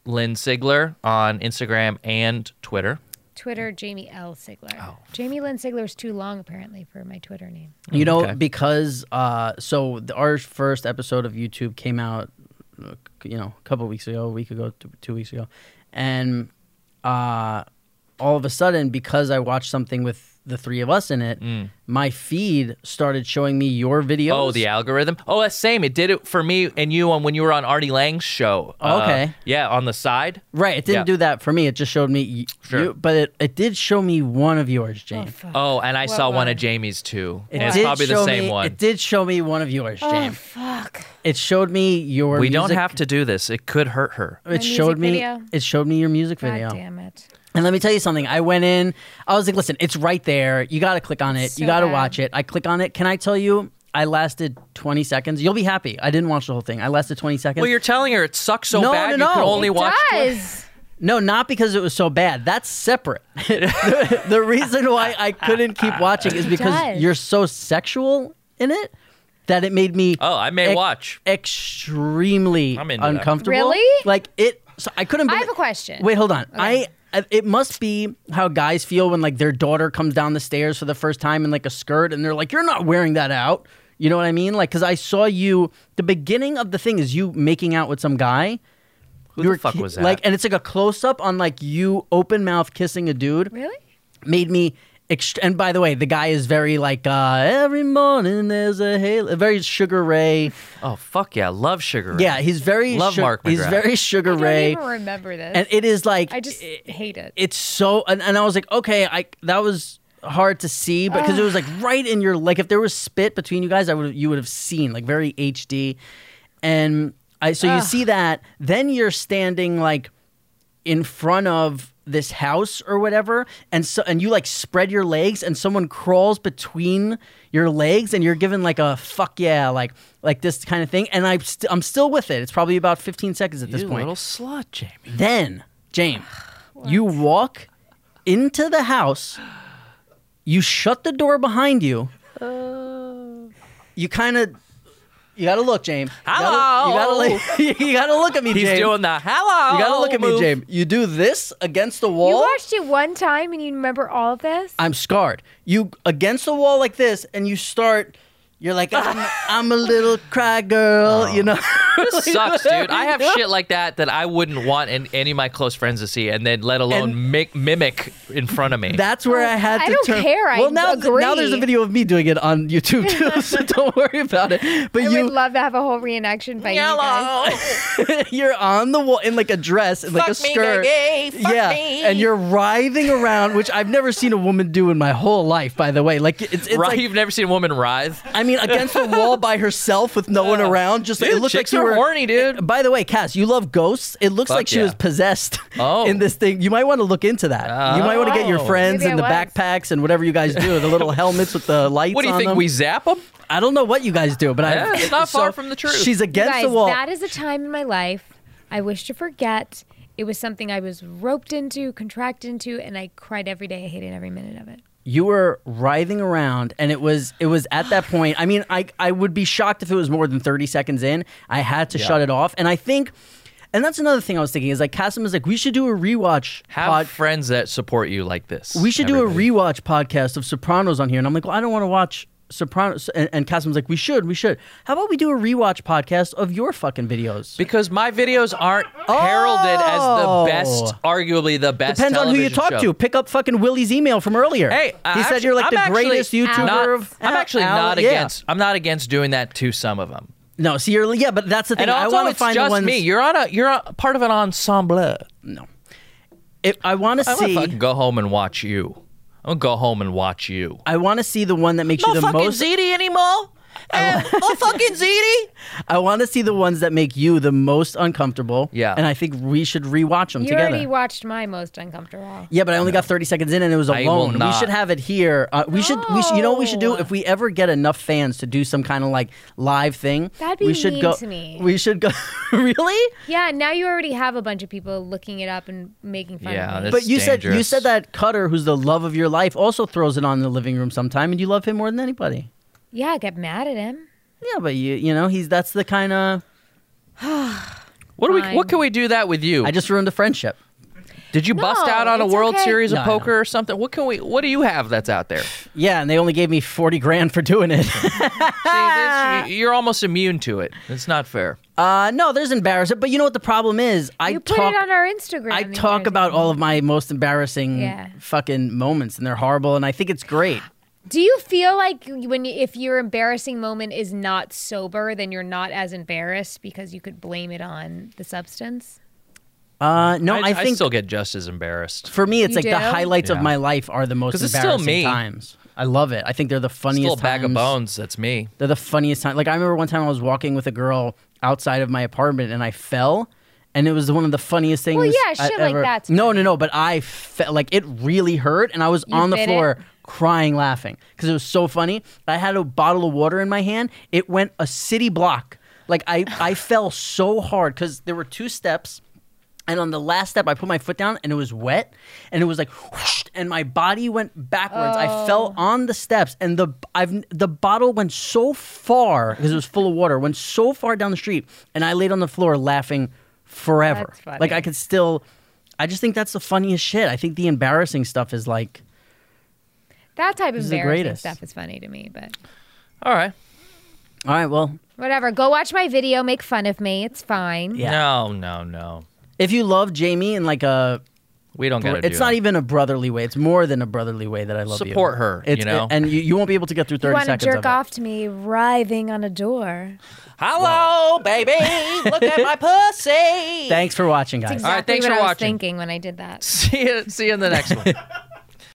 S1: Lynn Sigler on Instagram and Twitter.
S3: Twitter, Jamie L. Sigler.
S2: Oh,
S3: Jamie Lynn Sigler is too long, apparently, for my Twitter name.
S2: You know,
S1: Okay.
S2: because uh, so the, our first episode of YouTube came out, uh, you know, a couple weeks ago, a week ago, two, two weeks ago, and uh, all of a sudden, because I watched something with the three of us in it, my feed started showing me your videos.
S1: Mm. Oh, the algorithm. Oh, that's same. It did it for me and you on when you were on Artie Lang's show.
S2: Oh,
S1: Uh,
S2: okay.
S1: yeah, on the side.
S2: right. It didn't
S1: Yeah.
S2: do that for me. It just showed me, y-
S1: Sure.
S2: you, but it, it did show me one of yours, James.
S3: fuck.
S1: Oh, and I
S3: What
S1: saw one
S3: one?
S1: of Jamie's too.
S2: It
S1: And it's
S2: did
S1: probably the
S2: show
S1: same
S2: me-
S1: one.
S2: It did show me one of yours,
S3: Oh,
S2: James.
S3: fuck.
S2: It showed me your.
S1: we don't
S2: music-
S1: have to do this. It could hurt her.
S2: It
S3: music
S2: showed me.
S3: video.
S2: It showed me your music
S3: God
S2: video.
S3: damn it.
S2: And let me tell you something. I went in. I was like, listen, it's right there. You got to click on it.
S3: It's
S2: you
S3: so
S2: got to
S3: bad.
S2: watch it. I click on it. Can I tell you? I lasted 20 seconds. You'll be happy. I didn't watch the whole thing. I lasted 20 seconds.
S1: Well, you're telling her it sucks so
S2: No,
S1: bad
S2: no, no.
S1: you can only
S3: it
S1: watch.
S3: does.
S2: no, not because it was so bad. That's separate. the, the reason why I couldn't keep watching is because
S3: does.
S2: you're so sexual in it that it made me
S1: Oh, I may
S2: ex-
S1: watch.
S2: extremely
S1: I'm into that.
S2: uncomfortable.
S3: Really?
S2: Like it. So I couldn't.
S3: I have
S2: belie-
S3: a question.
S2: Wait, hold on. I. I- It must be how guys feel when like their daughter comes down the stairs for the first time in like a skirt, and they're like, "You're not wearing that out." You know what I mean? Like, because I saw you. The beginning of the thing is you making out with some guy.
S1: Who
S2: You were
S1: the fuck
S2: ki-
S1: was that?
S2: Like, and it's like a close up on like you open mouth kissing a dude
S3: Really?
S2: made me. Ext- and by the way, the guy is very like uh, every morning there's a halo, very Sugar Ray.
S1: oh fuck yeah, love Sugar. Ray.
S2: Yeah, he's very
S1: Love
S2: sug-
S1: Mark
S2: He's
S1: McGrath.
S2: very Sugar
S3: I
S2: Ray,
S3: don't even remember this.
S2: and it is like
S3: I just
S2: it-
S3: hate it.
S2: it's so. And, and I was like, okay, I that was hard to see, but because it was like right in your like if there was spit between you guys, I would you would have seen like very HD, and I so you see that then you're standing like in front of this house or whatever and so and you like spread your legs and someone crawls between your legs and you're given like a fuck yeah like like this kind of thing and I st- I'm still with it it's probably about 15 seconds at
S1: You
S2: this point
S1: little slut, Jamie.
S2: then James you walk into the house you shut the door behind you
S3: Oh.
S2: you kind of you gotta look James you gotta, you gotta, like, you gotta look at me
S1: He's
S2: James
S1: doing the hello.
S2: you gotta look at
S1: move.
S2: me, James. You do this against the
S3: you
S2: wall.
S3: watched it one time and you remember all of this?
S2: I'm scarred. You against the wall like this, and you start. You're like, I'm, I'm a little cry girl,
S3: Oh.
S2: you know.
S1: This sucks, dude. I have shit like that that I wouldn't want an, any of my close friends to see, and then let alone
S2: And-
S1: mi- mimic in front of me.
S2: That's where I had to.
S3: I don't
S2: turn-
S3: care, I
S2: Well, now now there's a
S3: agree.
S2: video of me doing it on YouTube too, so don't worry about it. But
S3: I
S2: you,
S3: would love to have a whole reenaction by you guys.
S1: Hello.
S2: you're on the wall in like a dress and like a
S1: Fuck me,
S2: skirt.
S1: baby. Fuck
S2: yeah,
S1: me.
S2: and you're writhing around, which I've never seen a woman do in my whole life. By the way, like it's, it's
S1: Right?
S2: like
S1: You've never seen a woman writhe.
S2: I mean, against the wall by herself with no one around. Just
S1: Dude,
S2: it looks
S1: chicks
S2: like you
S1: are
S2: were
S1: horny, dude.
S2: By the way, Cass, you love ghosts. It looks
S1: Fuck
S2: like she
S1: yeah.
S2: was possessed
S1: Oh.
S2: in this thing. You might want to look into that. you might want to get your
S1: Oh.
S2: friends
S3: Maybe
S2: and the
S3: I was.
S2: backpacks and whatever you guys do, the little helmets with the lights.
S1: What do you
S2: on
S1: think?
S2: them.
S1: We zap them?
S2: I don't know what you guys do, but
S1: Yeah,
S2: I.
S1: it's not far from the truth.
S2: She's
S3: You
S2: against
S3: guys,
S2: the wall.
S3: that is a time in my life I wish to forget. It was something I was roped into, contracted into, and I cried every day. I hated every minute of it.
S2: you were writhing around and it was it was at that point i mean i i would be shocked if it was more than 30 seconds in i had to shut it off and i think and that's another thing i was thinking is like Kasim is like we should do a rewatch
S1: Have
S2: pod-
S1: friends that support you like this.
S2: we should do a
S1: everybody.
S2: rewatch podcast of sopranos on here and i'm like well i don't want to watch sopranos and, and Kasim's like we should we should how about we do a rewatch podcast of your fucking videos
S1: because my videos aren't heralded
S2: Oh.
S1: as the best, arguably the best.
S2: Depends on who you
S1: television
S2: talk
S1: show.
S2: to. Pick up fucking Willie's email from earlier.
S1: Hey, uh,
S2: he
S1: actu-
S2: said you're like
S1: I'm
S2: the
S1: actually
S2: greatest YouTuber
S1: not-
S2: of.
S1: I'm actually
S2: Al-
S1: not
S2: yeah.
S1: against. I'm not against doing that to some of them.
S2: No, see, you're yeah, but that's the thing.
S1: And
S2: I
S1: also,
S2: want to
S1: it's
S2: find the
S1: just
S2: ones.
S1: me. You're on a. You're a part of an ensemble.
S2: No, If I want to
S1: I'm gonna
S2: see,
S1: fucking go home and watch you. I'm gonna go home and watch you.
S2: I want to see the one that makes you the most.
S1: ZD anymore. Eh, no fucking ZD.
S2: I want to see the ones that make you the most uncomfortable.
S1: Yeah.
S2: and I think we should rewatch them
S3: You
S2: together.
S3: already watched my most uncomfortable.
S2: Yeah, but I only got 30 seconds in and it was
S1: I will
S2: alone. We
S1: not.
S2: should have it here. Uh, we should we should, you know what we should do
S3: No.
S2: if we ever get enough fans to do some kind of like live thing.
S3: That'd be
S2: we should
S3: mean
S2: go
S3: to me.
S2: We should go Really?
S3: Yeah, now you already have a bunch of people looking it up and making fun
S1: Yeah,
S3: of me.
S1: this-
S2: But you said you
S1: dangerous.
S2: said that Cutter, who's the love of your life, also throws it on in the living room sometime and you love him more than anybody.
S3: yeah, I get mad at him.
S2: Yeah, but you you know, he's that's the kind of
S1: What do we?
S3: Fine.
S1: What can we do that with you?
S2: I just ruined a friendship.
S1: Did you bust
S3: No,
S1: out on a
S3: it's
S1: World
S3: okay.
S1: Series
S2: No,
S1: of
S2: I know.
S1: poker or something? What can we? What do you have that's out there?
S2: Yeah, and they only gave me 40 grand for doing it.
S1: See, this, you- you're almost immune to it. It's not fair.
S2: uh no, there's embarrassment, but you know what the problem is? I
S3: You put
S2: talk
S3: it on our Instagram.
S2: I
S3: the embarrassing-
S2: talk about all of my most embarrassing
S3: Yeah.
S2: fucking moments, and they're horrible, and I think it's great.
S3: Do you feel like when you, if your embarrassing moment is not sober, then you're not as embarrassed because you could blame it on the substance?
S2: Uh, no, I, think
S1: still get just as embarrassed.
S2: for me, it's
S3: You
S2: like the
S3: do?
S2: highlights of
S1: Yeah.
S2: my life are the most
S1: 'Cause
S2: embarrassing
S1: it's still me.
S2: times. I love it. I think they're the funniest.
S1: Still a bag of
S2: times.
S1: bones. That's me.
S2: They're the funniest time. Like I remember one time I was walking with a girl outside of my apartment, and I fell. And it was one of the funniest things.
S3: yeah,
S2: I
S3: shit like
S2: ever-
S3: that's
S2: No, no, no. But I felt like it really hurt, and I was
S3: You
S2: on the
S3: bit it?
S2: floor crying, laughing because it was so funny. I had a bottle of water in my hand. It went a city block. Like I, I fell so hard because there were two steps. And on the last step, I put my foot down and it was wet and it was like whoosh, and my body went backwards. I fell
S3: Oh.
S2: on the steps and the I've the bottle went so far because it was full of water, went so far down the street and I laid on the floor laughing forever.
S3: That's funny.
S2: Like I could still I just think that's the funniest shit. I think the embarrassing stuff is like
S3: That type of
S2: is the
S3: embarrassing
S2: greatest.
S3: stuff is funny to me, but
S1: All right.
S2: all right, well,
S3: whatever. Go watch my video, make fun of me. It's fine.
S2: Yeah.
S1: No, no, no.
S2: if you love Jamie in like a
S1: We don't got to do
S2: it's not
S1: that.
S2: even a brotherly way. It's more than a brotherly way that I love you.
S1: Support her, you
S2: It's,
S1: know?
S2: and you, you won't be able to get through
S3: You
S2: thirty
S3: want to
S2: seconds.
S3: jerk
S2: of it.
S3: off to me writhing on a door.
S1: Hello, baby. Look at my pussy.
S2: Thanks for watching, guys.
S3: Exactly
S1: thanks
S3: what
S1: for
S3: I was
S1: watching.
S3: thinking when I did that.
S1: See you. See you in the next one.